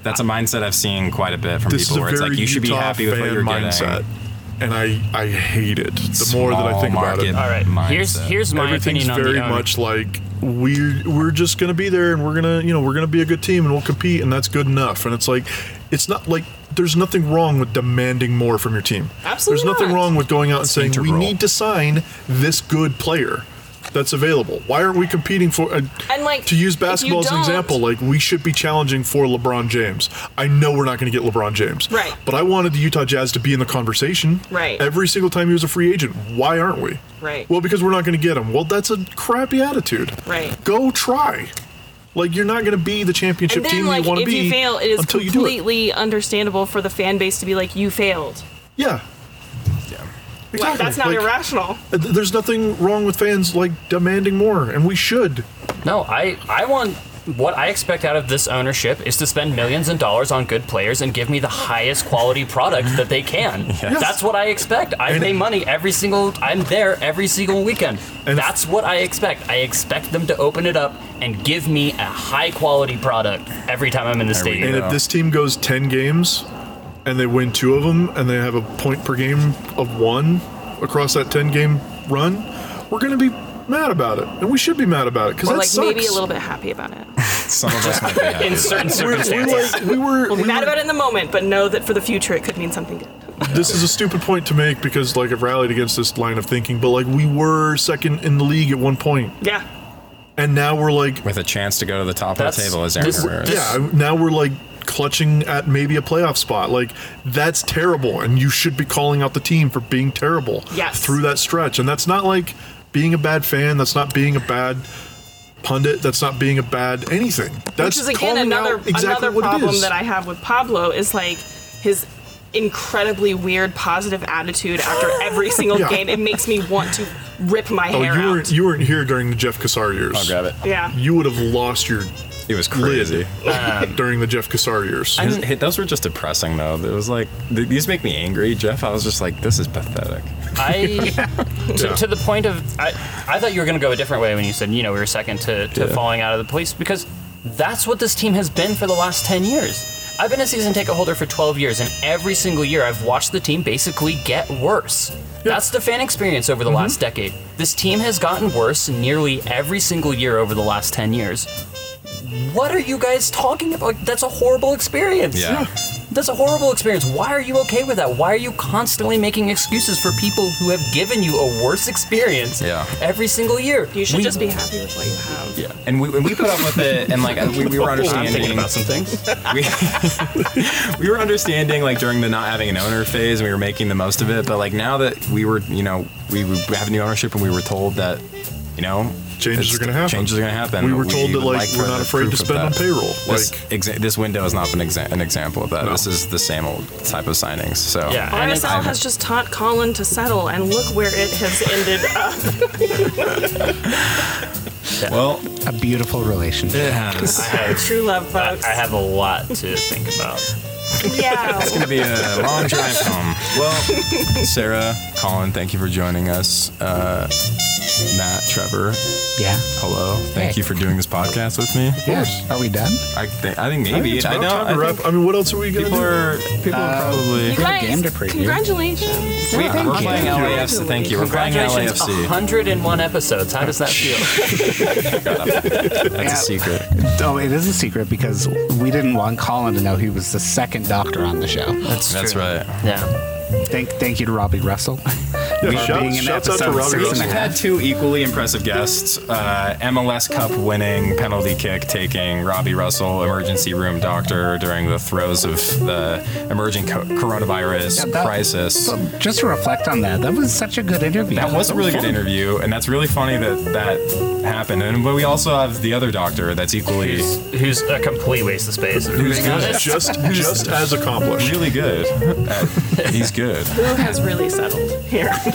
That's a mindset I've seen quite a bit from
This is
people
a
where it's
very
like you should
Utah
be happy with what
fan
you're
mindset,
getting.
and I I hate it. The more that I
Small
think about
market
it,
All right. Here's
mindset.
here's my
everything's
opinion on
very
the owner.
much like we we're just gonna be there and we're gonna you know we're gonna be a good team and we'll compete and that's good enough and it's like it's not like there's nothing wrong with demanding more from your team
Absolutely
there's nothing
not.
wrong with going out and saying
integral.
we need to sign this good player that's available why aren't we competing for uh,
And, like,
to use
if you
basketball as an
don't-
example like we should be challenging for LeBron James I know we're not going to get LeBron James
Right.
but I wanted the Utah Jazz to be in the conversation
Right.
every single time he was a free agent why aren't we
Right.
well because we're not going to get him well that's a crappy attitude
Right.
go try like you're not going to be the championship
And then,
team
like,
you want to
if
be
you fail, it is
until you do it
completely understandable for the fan base to be like, "You failed."
yeah
Like, that's not
Like, uh,
irrational.
th- There's nothing wrong with fans like demanding more, and we should.
No, I I want what I expect out of this ownership is to spend millions and dollars on good players and give me the highest quality product that they can. That's what I expect. I
And-
pay money every single I'm there every single weekend.
And-
That's what I expect. I expect them to open it up and give me a high quality product every time I'm in the
we
stadium.
And
Yeah.
if this team goes 10 games and they win two of them and they have a point per game of one across that 10 game run, we're going to be mad about it. And we should be mad about it because
Or
that
like
sucks.
maybe a little bit happy about it.
Some of us might be happy.
in certain
We're, we're
circumstances.
like, we were,
We'll
we
be mad
were-
about it in the moment, but know that for the future it could mean something good.
this is a stupid point to make because like I've rallied against this line of thinking, but like we were second in the league at one point,
Yeah.
and now we're like,
with a chance to go to the top of the
That's-
table as Aaron
this-
Herrera.
this-
yeah, now we're like clutching at maybe a playoff spot. Like that's terrible, and you should be calling out the team for being terrible
Yes.
through that stretch. And that's not like being a bad fan. That's not being a bad pundit. That's not being a bad anything. That's
Which is again
calling
another
out exactly
another
what it
problem
is.
that I have with Pablo is like his incredibly weird positive attitude after every single
Yeah.
game. It makes me want to rip my
Oh,
hair
you
out.
weren't you weren't here during the Jeff Kassar years.
I'll grab it.
yeah.
You would have lost your
It was crazy.
Um,
lid during the Jeff Kassar years.
His- hit- those were just depressing, though. It was like th- these make me angry, Jeff. I was just like, this is pathetic.
I to,
Yeah.
to the point of I, I thought you were going to go a different way when you said you know we were second to, to falling out of the police because that's what this team has been for the last 10 years i've been a season ticket holder for 12 years and every single year i've watched the team basically get worse that's the fan experience over the last decade this team has gotten worse nearly every single year over the last 10 years what are you guys talking about that's a horrible experience
Yeah.
that's a horrible experience. Why are you okay with that? Why are you constantly making excuses for people who have given you a worse experience
Yeah.
every single year?
You should
We-
just be happy with what you have.
Yeah. And we, and we put up with it, and like we, we were
I'm
understanding.
thinking about some things.
we, we were understanding like during the not having an owner phase and we were making the most of it but like now that we were you know we, we have new ownership and we were told that you know
Changes
it's-
are gonna happen.
changes are gonna happen
we were told that
would
like, we're
for
not
the
afraid to
proof of
spend on
that.
payroll.
this,
like
exa- this window has not been exa- an example of that this is the same old type of signings so
Yeah. And it's-
RSL has just taught Colin to settle, and look where it has ended up.
well
A beautiful relationship.
it happens
I have,
True love,
I,
folks.
I have a lot to think about.
yeah.
gonna be a long drive home well sarah colin thank you for joining us uh, matt trevor
Yeah.
hello thank
Hey.
you for doing this podcast with me
Yes. Are we done?
I, th- I think
I
maybe.
think it's
I,
about
know.
time to
I
wrap-
think
I mean, what else are we gonna
people
do?
are people are probably.
We have a game to preview.
Congratulations.
We, are playing
you.
LAFC. Thank you. We're playing
Congratulations,
LAFC.
101 episodes. How does that feel?
That's a secret.
Oh, it is a secret because we didn't want Colin to know he was the second doctor on the show.
That's
That's right.
Yeah.
Thank, thank you to Robbie Russell.
Yeah,
Uh,
for
shout-
being in
shouts out to
episode
Robbie
six and a
Russell.
We've had two equally impressive guests: uh, MLS Cup winning, penalty kick taking Robbie Russell, emergency room doctor during the throes of the emerging co- coronavirus
Yeah, that-
crisis.
So just to reflect on that, that was such a good interview.
That was a really good
Fun.
interview, and that's really funny that that happened. And but we also have the other doctor that's equally
Who's, who's a complete waste of space.
just just as accomplished.
really good. at- he's good.
Who has really settled here?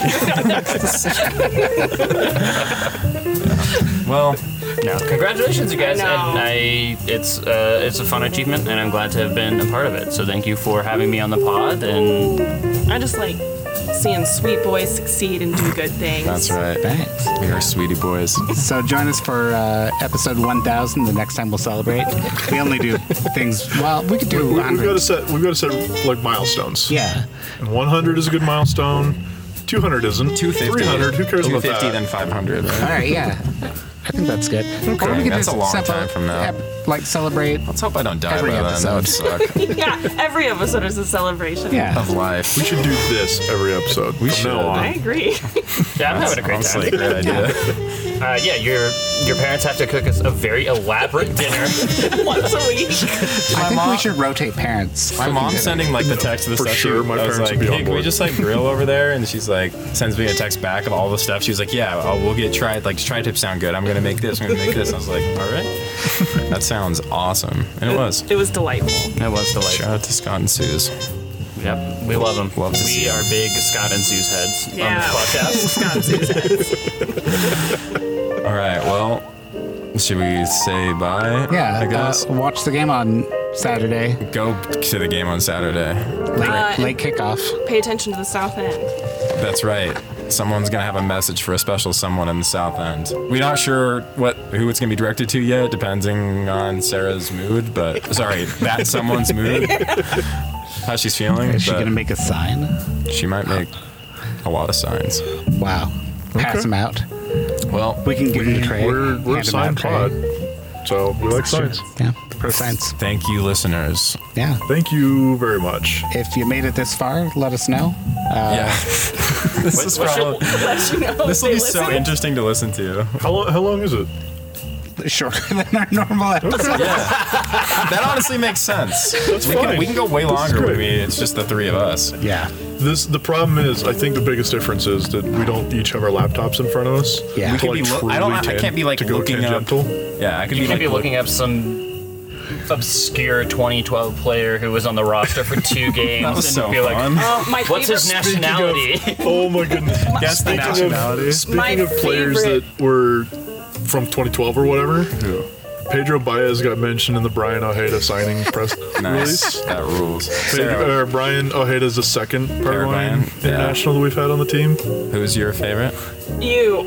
Well,
No. Congratulations, you guys.
I know.
And I, it's uh, it's a fun achievement, and I'm glad to have been a part of it. So thank you for having me on the pod. And
I just like seeing sweet boys succeed and do good things.
That's right.
Thanks.
We are sweetie boys.
So join us for uh, episode 1000 the next time we'll celebrate. We only do things, well, we could do
We, have
100.
got to set. We've got to set like milestones.
yeah.
And 100 is a good milestone. 200 isn't.
250.
300. Who cares about
250,
that?
then 500. Right?
All right, yeah. I think that's good. Okay,
that's a long time from now.
like celebrate.
Let's hope I don't die
Every
by
episode.
then. That would suck.
yeah, every episode is a celebration.
Yeah.
of life.
We should do this every episode.
We
from
should.
Now
I
on.
agree.
Yeah, I'm having a great
Honestly,
time.
great idea.
Uh, yeah, your your parents have to cook us a very elaborate dinner.
Once a week.
I think
mom-
we should rotate parents.
My mom's sending like the text of the
For
stuff. she-
sure, my
I was
parents would
like,
be on
"Hey, can we
board."
just like grill over there?" And she's like, sends me a text back of all the stuff. She was like, "Yeah, i we'll get tri like tri tips sound good. I'm gonna make this. I'm gonna make this." And I was like, "All right, that sounds awesome." And it was.
It was delightful.
It was delightful.
Shout out to Scott and Suze.
Yep, we love them.
Love to
we
see 'em.
are big Scott and Zeus heads on
Yeah.
this podcast.
All right, well, should we say bye?
Yeah,
I guess.
Uh, watch the game on Saturday,
Go to the game on Saturday.
late,
Uh,
late kickoff.
Pay attention to the south end.
That's right. Someone's gonna have a message for a special someone in the South End. We're not sure what who it's gonna be directed to yet, depending on Sarah's mood. But sorry, that someone's mood, how she's feeling.
Is she
but
going to make a sign?
she might make a lot of signs.
Wow. Pass them out.
Well,
We can give you a tray.
We're we're a
hand 'em out
sign
tray.
pod, so we like
Sure.
signs.
Yeah, pro science.
thank you, listeners.
Yeah.
Thank you very much.
If you made it this far, let us know. Uh,
yeah, this is probably
Let you know
this will
if they
be so
listen.
interesting to listen to.
How, lo- how long is it?
Shorter than our normal episode.
That honestly makes sense. we,
fine.
Can, we can go way longer.
great.
I mean, it's just the three of us.
Yeah.
This the problem is. I think the biggest difference is that we don't each have our laptops in front of us.
Yeah. We
To,
could
like,
be lo- I don't-
truly
I can't be, like,
to go
looking up-
tangential.
Yeah, I could
You
be
could
like
be looking up some obscure 2012 player who was on the roster for two games
That was
and
so
be like,
fun.
Oh, my
what's
favorite,
his nationality?
Oh my goodness!
Guess the
Speaking of-
nationality.
Speaking
My
of players
favorite-
that were from 2012 or whatever, Pedro Baez got mentioned in the Brian Ojeda signing press
Nice.
release.
that rules. Sarah,
Pedro, uh, Brian Ojeda's the second
Pedro
power line
Brian, yeah.
international that we've had on the team.
who's your favorite?
You,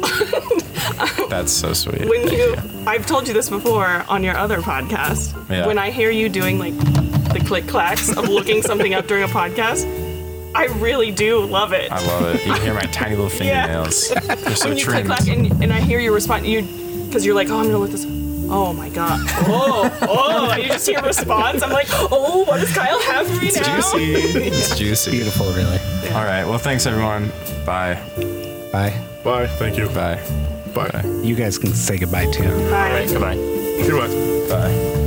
That's so sweet.
when
Thank
you, I've told you this before on your other podcast.
Yeah.
When I hear you doing like the click clacks of looking something up during a podcast, I really do love it.
I love it. You can hear my tiny little fingernails. They're so
when you click
trimmed.
clack and, and I hear you respond, you because you're like, oh, I'm gonna let this. Oh my god! Oh, oh! and You just hear response. I'm like, oh, what does Kyle have for me
It's
now?
juicy. It's juicy.
Beautiful, really.
All right. Well, thanks everyone. Bye.
Bye.
Bye. Thank you.
Bye.
Bye.
You guys can say goodbye too.
Bye.
Goodbye.
Goodbye.
Bye.